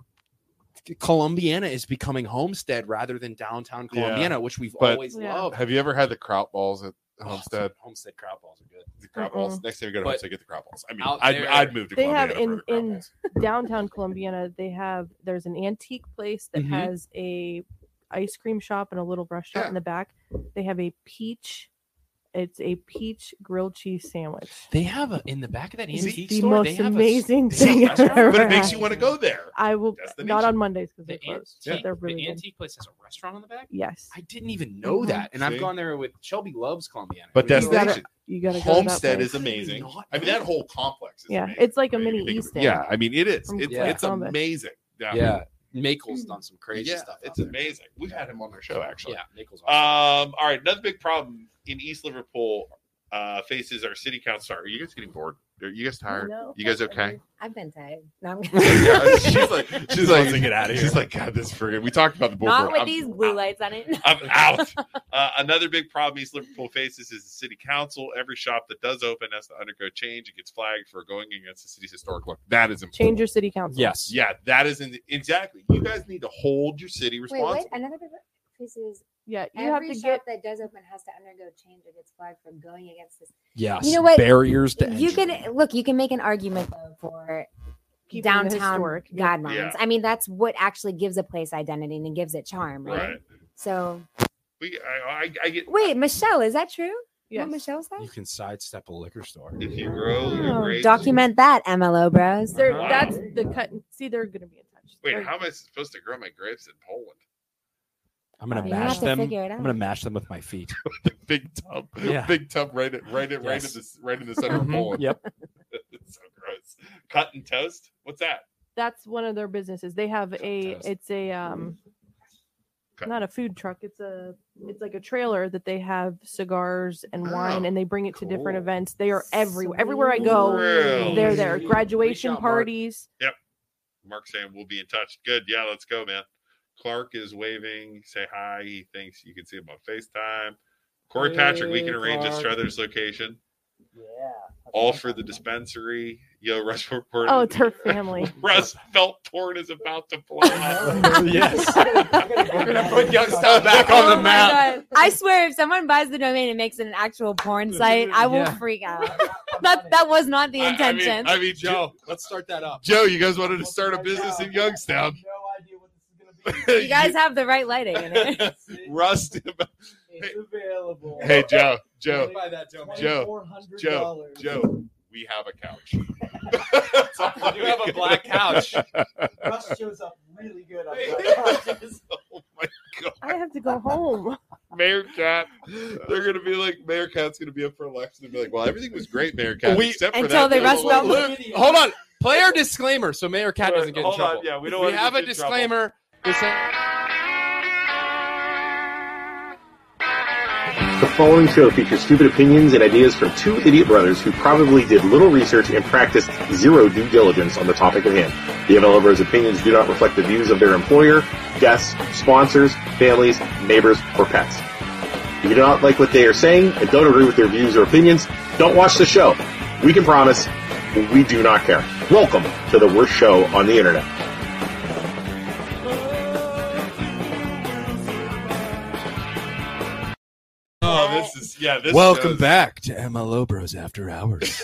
S3: Columbiana is becoming Homestead rather than downtown
S2: Yeah.
S3: Columbiana, which we've
S2: But-
S3: always
S6: Yeah.
S3: loved.
S2: Have you ever had the kraut balls at
S3: Oh,
S2: Homestead?
S3: Homestead crowd balls are good.
S2: The kraut
S6: Mm-mm.
S2: balls. Next time you go to
S3: But
S2: Homestead, get the kraut balls. I mean,
S3: out
S2: I'd,
S3: there-
S2: I'd move to
S6: They have
S2: Columbiana for
S6: in-
S2: the kraut
S6: in-
S2: balls.
S6: downtown Columbiana, they have there's an antique place that
S2: Mm-hmm.
S3: Mhm.
S6: has a ice cream shop and a little restaurant in the back. They have a peach. It's a peach grilled cheese sandwich.
S3: They have a in the back of that
S6: It's
S3: antique
S6: the
S3: store. they
S6: most
S3: have
S6: amazing
S3: a, s-
S6: thing I've
S3: restaurant.
S6: ever
S2: But it makes
S6: had.
S2: you want to go there.
S6: I will not
S2: destination.
S6: on Mondays because they're
S3: The, antique,
S6: closed. but they're really
S3: the
S6: good.
S3: antique place has a restaurant on the back.
S6: Yes,
S3: I didn't even know
S6: Mhm.
S3: that, and
S2: See?
S3: I've gone there with Shelby loves Columbiana.
S2: But
S3: We-
S6: You gotta-
S2: destination
S6: you gotta go. to that
S2: Homestead
S6: place.
S2: is amazing.
S3: Not-
S2: I mean, that whole complex. Is
S6: Yeah,
S2: amazing.
S6: it's like a
S2: I mean,
S6: mini
S2: you think of
S6: East
S2: it-
S6: End.
S2: Yeah, I mean, it is.
S6: From
S2: It's,
S3: Yeah.
S2: it's
S6: Columbus.
S2: amazing.
S3: yeah, Makel's done some crazy
S2: yeah,
S3: stuff. out
S2: It's
S3: there.
S2: amazing. We've had him on our show actually.
S3: Yeah, Makel's.
S2: Um, all right, another big problem in East Liverpool uh, faces our city council. Sorry, Are you guys getting bored? Are you guys tired?
S6: No.
S2: You guys okay?
S4: I've been tired. No, I'm
S2: Yeah, she's like, she's like,
S3: get out of
S2: she's like, God, this friggin'. We talked about the board.
S4: not
S2: board.
S4: with
S2: I'm,
S4: these blue lights on it.
S2: I'm out. Uh, another big problem East Liverpool faces is the city council. Every shop that does open has to undergo change. It gets flagged for going against the city's historic look. That is important.
S6: Change your city council.
S3: Yes.
S2: Yeah, that is in, exactly. You guys need to hold your city
S4: Wait,
S2: responsible.
S4: what? Another big piece is
S6: yeah. You have
S4: every
S6: to
S4: shop
S6: get.
S4: that does open has to undergo change or gets flagged for going against this.
S3: Yes.
S4: You know what?
S3: Barriers to
S4: You
S3: entry.
S4: can look. You can make an argument though for
S6: Keeping the
S4: downtown
S6: historic, yeah.
S4: guidelines.
S2: Yeah.
S4: I mean, that's what actually gives a place identity and gives it charm, right?
S2: right.
S4: So,
S2: We, I, I, I get.
S4: wait, Michelle, is that true? What
S6: Yes.
S4: Michelle
S3: You
S4: said?
S3: can sidestep a liquor store.
S2: If you grow, your
S6: Oh,
S2: grapes-
S4: Document that, MLO bros.
S6: They're,
S2: Wow.
S6: That's the cut. See, they're gonna be in touch.
S2: Wait,
S6: They're-
S2: how am I supposed to grow my grapes in Poland?
S3: I'm gonna
S4: You have
S3: mash
S4: to
S3: them. I'm
S4: figure it out.
S3: gonna mash them with my feet.
S2: The big tub,
S3: Yeah.
S2: big tub, right, at, right, at, right,
S3: Yes.
S2: in the, right in the center of
S3: Mhm.
S2: Poland.
S3: Yep.
S2: it's so gross. Cut and toast. What's that?
S6: that's one of their businesses. They have a
S3: Cocktails.
S6: it's a um
S2: Okay.
S6: not a food truck. It's a it's like a trailer that they have cigars and wine and they bring it to different
S2: cool.
S6: events. They are everywhere. Everywhere I go,
S2: Really?
S6: they're there.
S3: Reach out,
S6: Graduation
S3: Mark.
S6: parties.
S2: Mark saying we'll be in touch. Good. Yeah, let's go, man. Clark is waving. Say hi. He thinks you can see him on FaceTime. Corey Patrick, we can arrange at Struthers location.
S5: Yeah.
S2: All for the dispensary. Yo, Russ Felt Porn.
S6: Oh, it's her family.
S2: Russ Felt Porn is about to blow up.
S19: yes.
S5: We're
S2: gonna put Youngstown back on
S4: Oh
S2: the
S4: my
S2: map.
S4: God. I swear, if someone buys the domain and makes it an actual porn site, I will
S5: Yeah.
S4: freak out. That that was not the
S2: I- I mean-
S4: intention.
S2: I, mean, Joe,
S18: Let's start that up.
S2: Joe, you guys wanted to start a business in Youngstown.
S5: No idea what this is
S4: you guys have the right lighting in it.
S5: be.
S2: Rust.
S5: It's available.
S2: Hey, Joe, Joe,
S18: Buy that domain.
S2: Joe,
S5: $2,400.
S2: Joe, Joe, we have a couch. That's all
S18: You have a black couch.
S5: Russ shows up really good. On
S2: Oh my God.
S6: I have to go home.
S2: Mayor Cat. They're going to be like, Mayor Cat's going to be up for election and be like, well, everything was great, Mayor Cat,
S3: We-
S2: except for
S4: Until
S2: that.
S4: they rust
S2: little-
S4: belt-
S3: Luke, hold on. Play our disclaimer so Mayor Cat doesn't get in
S2: Hold on,
S3: trouble.
S2: Yeah, we don't
S3: we
S2: want to
S3: have
S2: get
S3: a
S2: in trouble.
S3: disclaimer. This-
S20: The following show features stupid opinions and ideas from two idiot brothers who probably did little research and practiced zero due diligence on the topic at hand. The MLB Bros opinions do not reflect the views of their employer, guests, sponsors, families, neighbors, or pets. If you do not like what they are saying and don't agree with their views or opinions, don't watch the show. We can promise we do not care. Welcome to the worst show on the internet.
S2: Oh, this is, yeah, this
S3: Welcome
S2: goes-
S3: back to MLO Bros After Hours.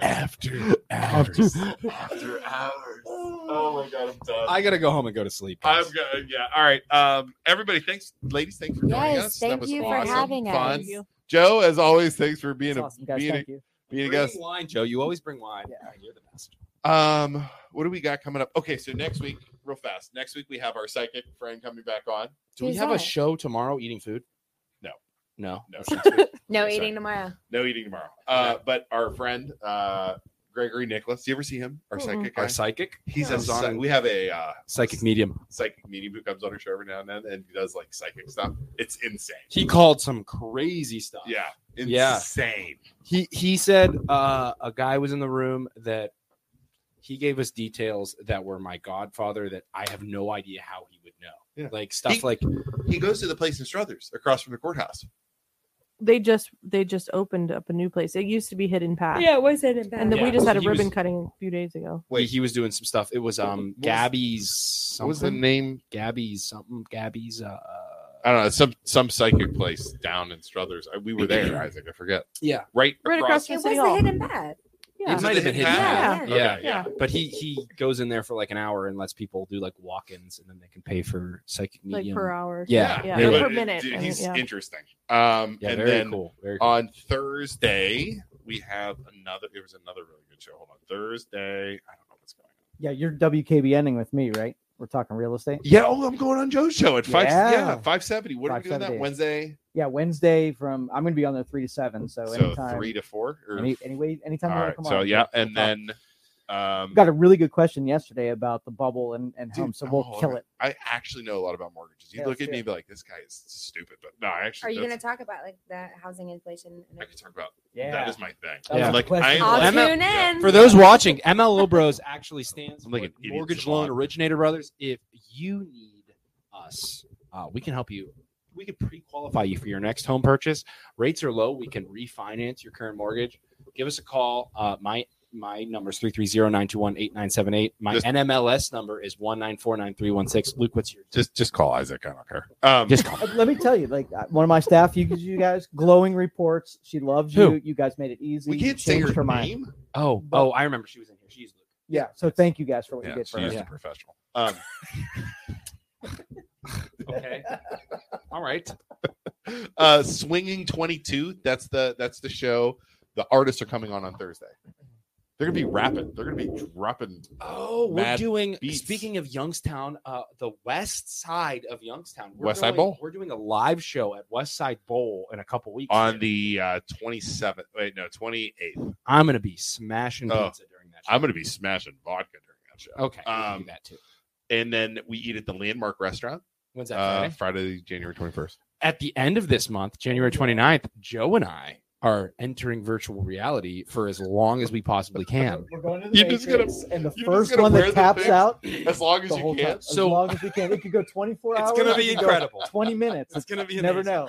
S3: after hours.
S2: After hours. Oh my God, I'm done.
S3: I gotta go home and go to sleep.
S2: I'm
S3: guys.
S2: good. Yeah. All right. Um, everybody, thanks, ladies. Thanks for joining us.
S4: Yes,
S2: That
S4: thank
S2: was
S4: you for
S2: awesome,
S4: having
S2: fun.
S4: us.
S2: Joe, as always, thanks for being
S5: That's
S2: a
S5: awesome, guys.
S2: being a,
S5: Thank you.
S2: being a
S19: Bring
S2: guest.
S19: wine, Joe. You always bring wine.
S5: Yeah.
S19: You're the best.
S2: Um, what do we got coming up? Okay, so next week, real fast. Next week we have our psychic friend coming back on.
S3: Do we
S4: Who's
S3: have a
S4: that?
S3: show tomorrow eating food?
S2: No.
S3: No.
S2: No,
S4: No
S2: Sorry.
S4: eating tomorrow.
S2: no eating tomorrow. Uh, but our friend uh Gregory Nicholas. Do you ever see him? Our
S6: Mm-mm.
S2: psychic guy.
S3: Our psychic?
S2: He's a
S3: comes on
S2: psy-
S3: and-
S2: we have a uh,
S3: Psychic medium.
S2: psychic medium who comes on our show every now and then and does like psychic stuff. It's insane.
S3: He called some crazy stuff.
S2: Yeah,
S3: Yeah.
S2: insane.
S3: He he said uh, a guy was in the room that he gave us details that were my godfather that I have no idea how he would know.
S2: Yeah.
S3: Like stuff
S2: He-
S3: like
S2: He goes to the place in Struthers across from the courthouse.
S6: They just they just opened up a new place. It used to be Hidden Path.
S4: it was hidden
S6: And then
S3: Yeah.
S6: we just had a
S3: He was-
S6: ribbon cutting a few days ago.
S3: he, he was doing some stuff. It was um
S2: What was-
S3: Gabby's
S2: What was the
S3: something.
S2: name?
S3: Gabby's something. Gabby's uh
S2: I don't know. Some some psychic place down in Struthers. I- We were there, Isaac. I forget.
S3: Yeah.
S2: Right,
S6: Right
S2: across.
S6: across
S4: It
S6: from
S4: was
S6: City
S4: the
S6: Hall.
S4: hidden bed.
S6: Yeah.
S3: It might have been hidden.
S4: Yeah.
S3: Yeah. Yeah.
S2: Okay,
S6: Yeah.
S3: But he he goes in there for like an hour and lets people do like walk-ins and then they can pay for psychic medium.
S6: Like per hour.
S3: Yeah.
S6: Yeah.
S3: Really.
S6: Or per
S2: But,
S6: minute.
S2: dude,
S6: I mean,
S2: he's
S6: yeah.
S2: interesting. Um,
S3: Yeah,
S2: and
S3: very
S2: then
S3: cool. Very cool.
S2: on Thursday we have another. It was another really good show. Hold on, Thursday. I don't know what's going on.
S5: Yeah, you're WKBNing with me, right? We're talking real estate.
S2: Yeah. Oh, I'm going on Joe's show at five. Yeah,
S5: Yeah.
S2: five seventy. What are we doing that
S5: 570.
S2: Wednesday?
S5: Yeah, Wednesday from I'm going to be on there three to seven. So,
S2: So
S5: anytime,
S2: three to four. Or,
S5: any, anyway, anytime
S2: all
S5: you want
S2: right.
S5: to come
S2: So
S5: on.
S2: yeah,
S5: we'll
S2: and
S5: talk.
S2: then um,
S5: got a really good question yesterday about the bubble and and
S2: dude,
S5: home. So we'll
S2: oh,
S5: kill
S2: okay.
S5: it.
S2: I actually know a lot about mortgages. You
S5: Yeah,
S2: look
S5: let's
S2: at
S5: do
S2: me
S5: it.
S2: and be like, this guy is stupid, but no, I actually.
S4: Are you
S2: that's-
S4: going to talk about like the housing inflation? And
S2: I could talk about
S5: Yeah.
S2: that is my thing.
S5: That was
S3: Yeah.
S5: the
S2: Like
S5: question.
S2: I am
S4: I'll
S2: like,
S3: I'm not-
S4: tune in.
S3: For those watching, MLO Bros actually stands
S2: I'm like
S3: for
S2: an idiot,
S3: Mortgage
S2: Savant.
S3: Loan Originator Brothers. If you need us, uh, we can help you. We can pre-qualify you for your next home purchase. Rates are low. We can refinance your current mortgage. Give us a call. Uh, my my number is 330-921-8978. My
S2: Just-
S3: NMLS number is 1949316. Luke, what's your
S2: just just call Isaac. I don't care. Um,
S3: just call?
S5: Uh, Let me tell you, like uh, one of my staff, you, you guys, glowing reports. She loves
S3: Who?
S5: you. You guys made it easy.
S2: we
S5: you
S2: can't say
S5: changed
S2: her,
S5: her mind.
S2: name.
S3: Oh,
S5: But-
S3: oh, I remember she was in here. She's Luke.
S5: Yeah. So thank you guys for what you
S2: Yeah,
S5: did for
S2: she's
S5: us.
S2: a professional. Um,
S3: Okay. All right.
S2: uh, swinging twenty two. That's the that's the show. The artists are coming on on Thursday. They're gonna be rapping. They're gonna be dropping.
S3: Oh, we're
S2: Mad
S3: doing.
S2: beats.
S3: Speaking of Youngstown, uh, the west side of Youngstown, we're
S2: West Side
S3: doing-
S2: Bowl?
S3: We're doing a live show at West Side Bowl in a couple weeks.
S2: On the uh, 27th, wait, no, 28th.
S3: I'm gonna be smashing
S2: Oh,
S3: pizza during that. Show.
S2: I'm going to be smashing vodka during that show.
S3: okay. we can
S2: um,
S3: do that too.
S2: And then we eat at the Landmark Restaurant
S3: When's that?
S2: uh,
S3: Friday?
S2: Friday, January 21st.
S3: At the end of this month, January 29th, Joe and I are entering virtual reality for as long as we possibly can.
S5: We're going to the
S2: You're just gonna-
S5: Matrix, and the
S2: you're just
S5: first
S2: gonna
S5: one
S2: wear
S5: that
S2: the
S5: taps
S2: thing
S5: out
S2: as long as
S5: the
S2: you
S5: whole
S2: can.
S5: time.
S3: So-
S5: as long as we can, it could go 24
S3: It's
S5: hours.
S3: gonna
S5: it
S3: be
S5: could go
S3: incredible.
S5: 20 minutes.
S3: It's gonna be
S5: You never
S3: amazing.
S5: know.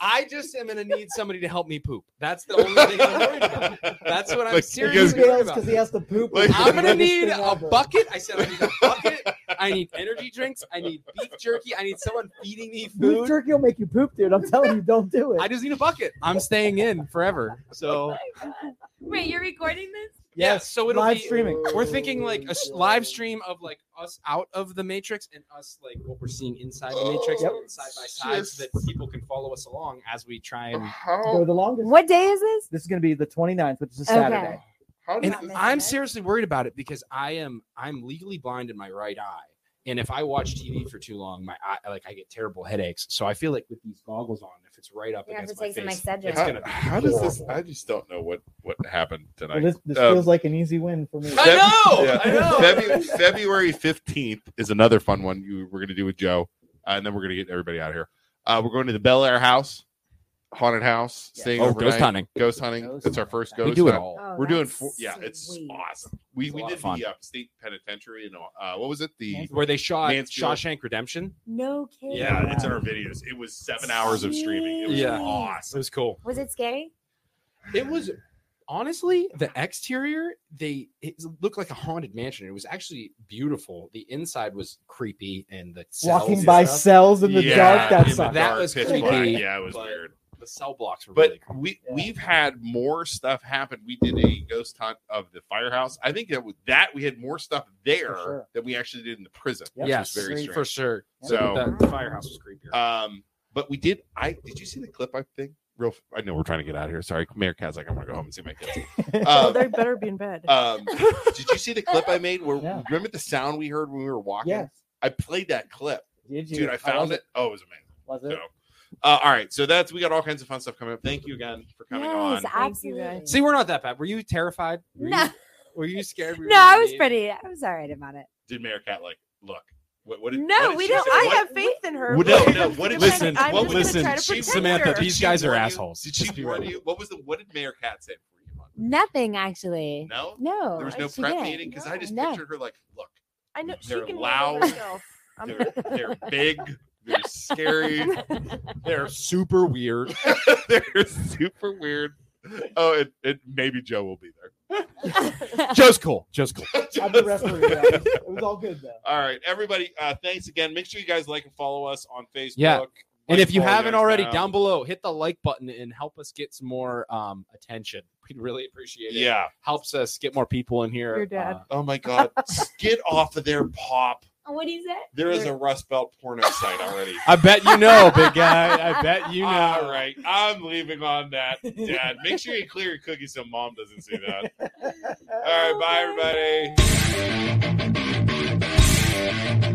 S3: I just am gonna need somebody to help me poop. That's the only thing I'm worried about. That's what I'm
S2: Like,
S5: He
S3: seriously worried
S5: fails
S3: about.
S5: because he has to poop.
S2: Like-
S5: It's the
S3: I'm gonna
S5: weirdest
S3: need
S5: thing
S3: a
S5: ever.
S3: bucket. I said I need a bucket. I need energy drinks. I need beef jerky. I need someone feeding me
S5: Beef
S3: food.
S5: jerky will make you poop, dude. I'm telling you, don't do it.
S3: I just need a bucket. I'm staying in forever. So
S4: Wait, you're recording this?
S3: yeah,
S5: Yes,
S3: so it'll
S5: live
S3: be
S5: streaming.
S3: we're thinking like a s- live stream of like us out of the matrix and us like what we're seeing inside the matrix
S2: Yep.
S3: side by side so that people can follow us along as we try and
S5: Go
S20: Oh.
S2: How,
S5: the longest.
S4: What day is this?
S5: This is gonna be the 29th, which is a
S4: Okay.
S5: Saturday.
S2: how
S3: and
S4: not missing
S3: I'm
S4: it.
S3: seriously worried about it because I am I'm legally blind in my right eye, and if I watch TV for too long, my eye like I get terrible headadaches. So I feel like with these goggles on, if it's right up
S4: You have to
S3: against my
S4: take some
S3: face,
S4: Excedrin.
S3: it's
S4: Huh?
S3: gonna be.
S2: how does this? I just don't know what what happened
S5: Well,
S2: tonight.
S5: this this
S2: Um,
S5: feels like an easy win for me.
S3: I know,
S2: Yeah.
S3: I know.
S2: February, February 15th is another fun one you we're going to do with Joe. Uh, and then we're going to get everybody out of here. Uh, we're going to the Bel Air house, haunted house, staying
S3: Oh,
S2: overnight.
S3: ghost hunting.
S2: Ghost hunting.
S5: Ghost
S2: That's our first
S5: hunting.
S2: ghost.
S3: We do it
S2: hunt.
S3: all.
S2: We're doing
S4: Oh, that's
S2: four. Yeah, it's
S4: sweet.
S2: awesome. We,
S3: It's a
S2: we
S3: lot
S2: did
S3: of fun.
S2: the uh, state penitentiary and uh, what was it? The
S3: Where they shot
S2: Mansfield.
S3: Shawshank Redemption.
S4: No kidding.
S2: yeah, it's in our videos. It was seven hours of streaming. It was
S3: Yeah. It
S2: awesome.
S3: was cool.
S4: Was it scary?
S3: It was honestly the exterior. They it looked like a haunted mansion. It was actually beautiful. The inside was creepy, and the cells
S5: Walking
S3: and
S5: by
S3: stuff,
S5: cells in the
S2: Yeah,
S5: dark.
S2: in
S5: That
S2: the
S5: sucks.
S3: That
S2: dark,
S3: was
S2: pitch
S3: creepy.
S2: black. Yeah, it was
S3: But-
S2: weird.
S3: the cell blocks were
S2: But
S3: really cool.
S2: we we've had more stuff happen. We did a ghost hunt of the firehouse. I think that with that we had more stuff there
S5: For sure.
S2: than we actually did in the prison.
S5: Yep.
S2: which was
S3: yes,
S2: very strange.
S3: for sure. Uh,
S2: So-
S3: that- the firehouse was creepier.
S2: Um, but we did. I did you see the clip I think? Real. I know we're trying to get out of here. Sorry, Mayor Cat's like I'm gonna go home and see my kids.
S6: Oh,
S2: Um,
S6: they better be in bed.
S2: um, did you see the clip I made? Where
S5: Yeah.
S2: remember the sound we heard when we were walking?
S5: Yes.
S2: I played that clip,
S5: Did you?
S2: dude. I
S5: How
S2: found
S5: was
S2: it. Oh, it was amazing.
S5: Was
S2: So,
S5: it?
S2: uh, all right. So that's we got all kinds of fun stuff coming up. Thank you again for coming on.
S4: Yes,
S6: Thank you,
S4: absolutely.
S3: See, we're not that bad. Were you terrified? Were
S4: No,
S3: You, were you scared? Were you
S4: no, I was
S3: made?
S4: pretty. I was all right about it.
S2: did Mayor Cat like look? What, what did, what
S6: No,
S2: did
S6: we
S2: she
S6: don't.
S2: say?
S6: I
S2: What-
S6: have faith in her.
S2: Well,
S6: but
S2: no, no, what
S6: I'm
S2: did-
S6: just gonna-
S2: Listen,
S6: I'm
S2: what-
S6: just gonna
S2: listen,
S6: try to
S2: she-
S6: protect
S3: Samantha,
S6: her.
S2: Did
S3: these
S2: she
S3: guys are
S2: warn you-
S3: assholes.
S2: Did she
S3: Just be
S2: warn
S3: ready.
S2: you? What was the what did Mayor Cat say for you? on
S4: Nothing
S2: that?
S4: actually.
S2: No,
S4: No, uh,
S2: there was no
S4: she
S2: prep
S4: didn't.
S2: meeting because I just
S4: No.
S2: pictured her like, look,
S6: I know she
S2: They're
S6: can handle
S2: loud.
S6: herself. I'm
S2: they're they're big, they're scary,
S3: They're super weird.
S2: they're super weird. Oh, and, and maybe Joe will be there.
S3: Joe's cool. Joe's cool.
S5: I'm the referee. guys. It was all good though.
S2: All right, everybody. Uh, thanks again. Make sure you guys like and follow us on Facebook.
S3: Yeah.
S2: Like
S3: And if you
S2: follow
S3: haven't
S2: Youngstown.
S3: already, down below, hit the like button and help us get some more um, attention. We'd really appreciate it.
S2: yeah.
S3: Helps us get more people in here.
S6: Your dad.
S3: Uh,
S2: Oh my God, get off of there, Pop.
S4: What do you say?
S2: There is a Rust Belt porno site already.
S3: I bet you know, big guy. I bet you know.
S2: All right, I'm leaving on that, Dad. Make sure you clear your cookies so Mom doesn't see that. All right, bye, everybody.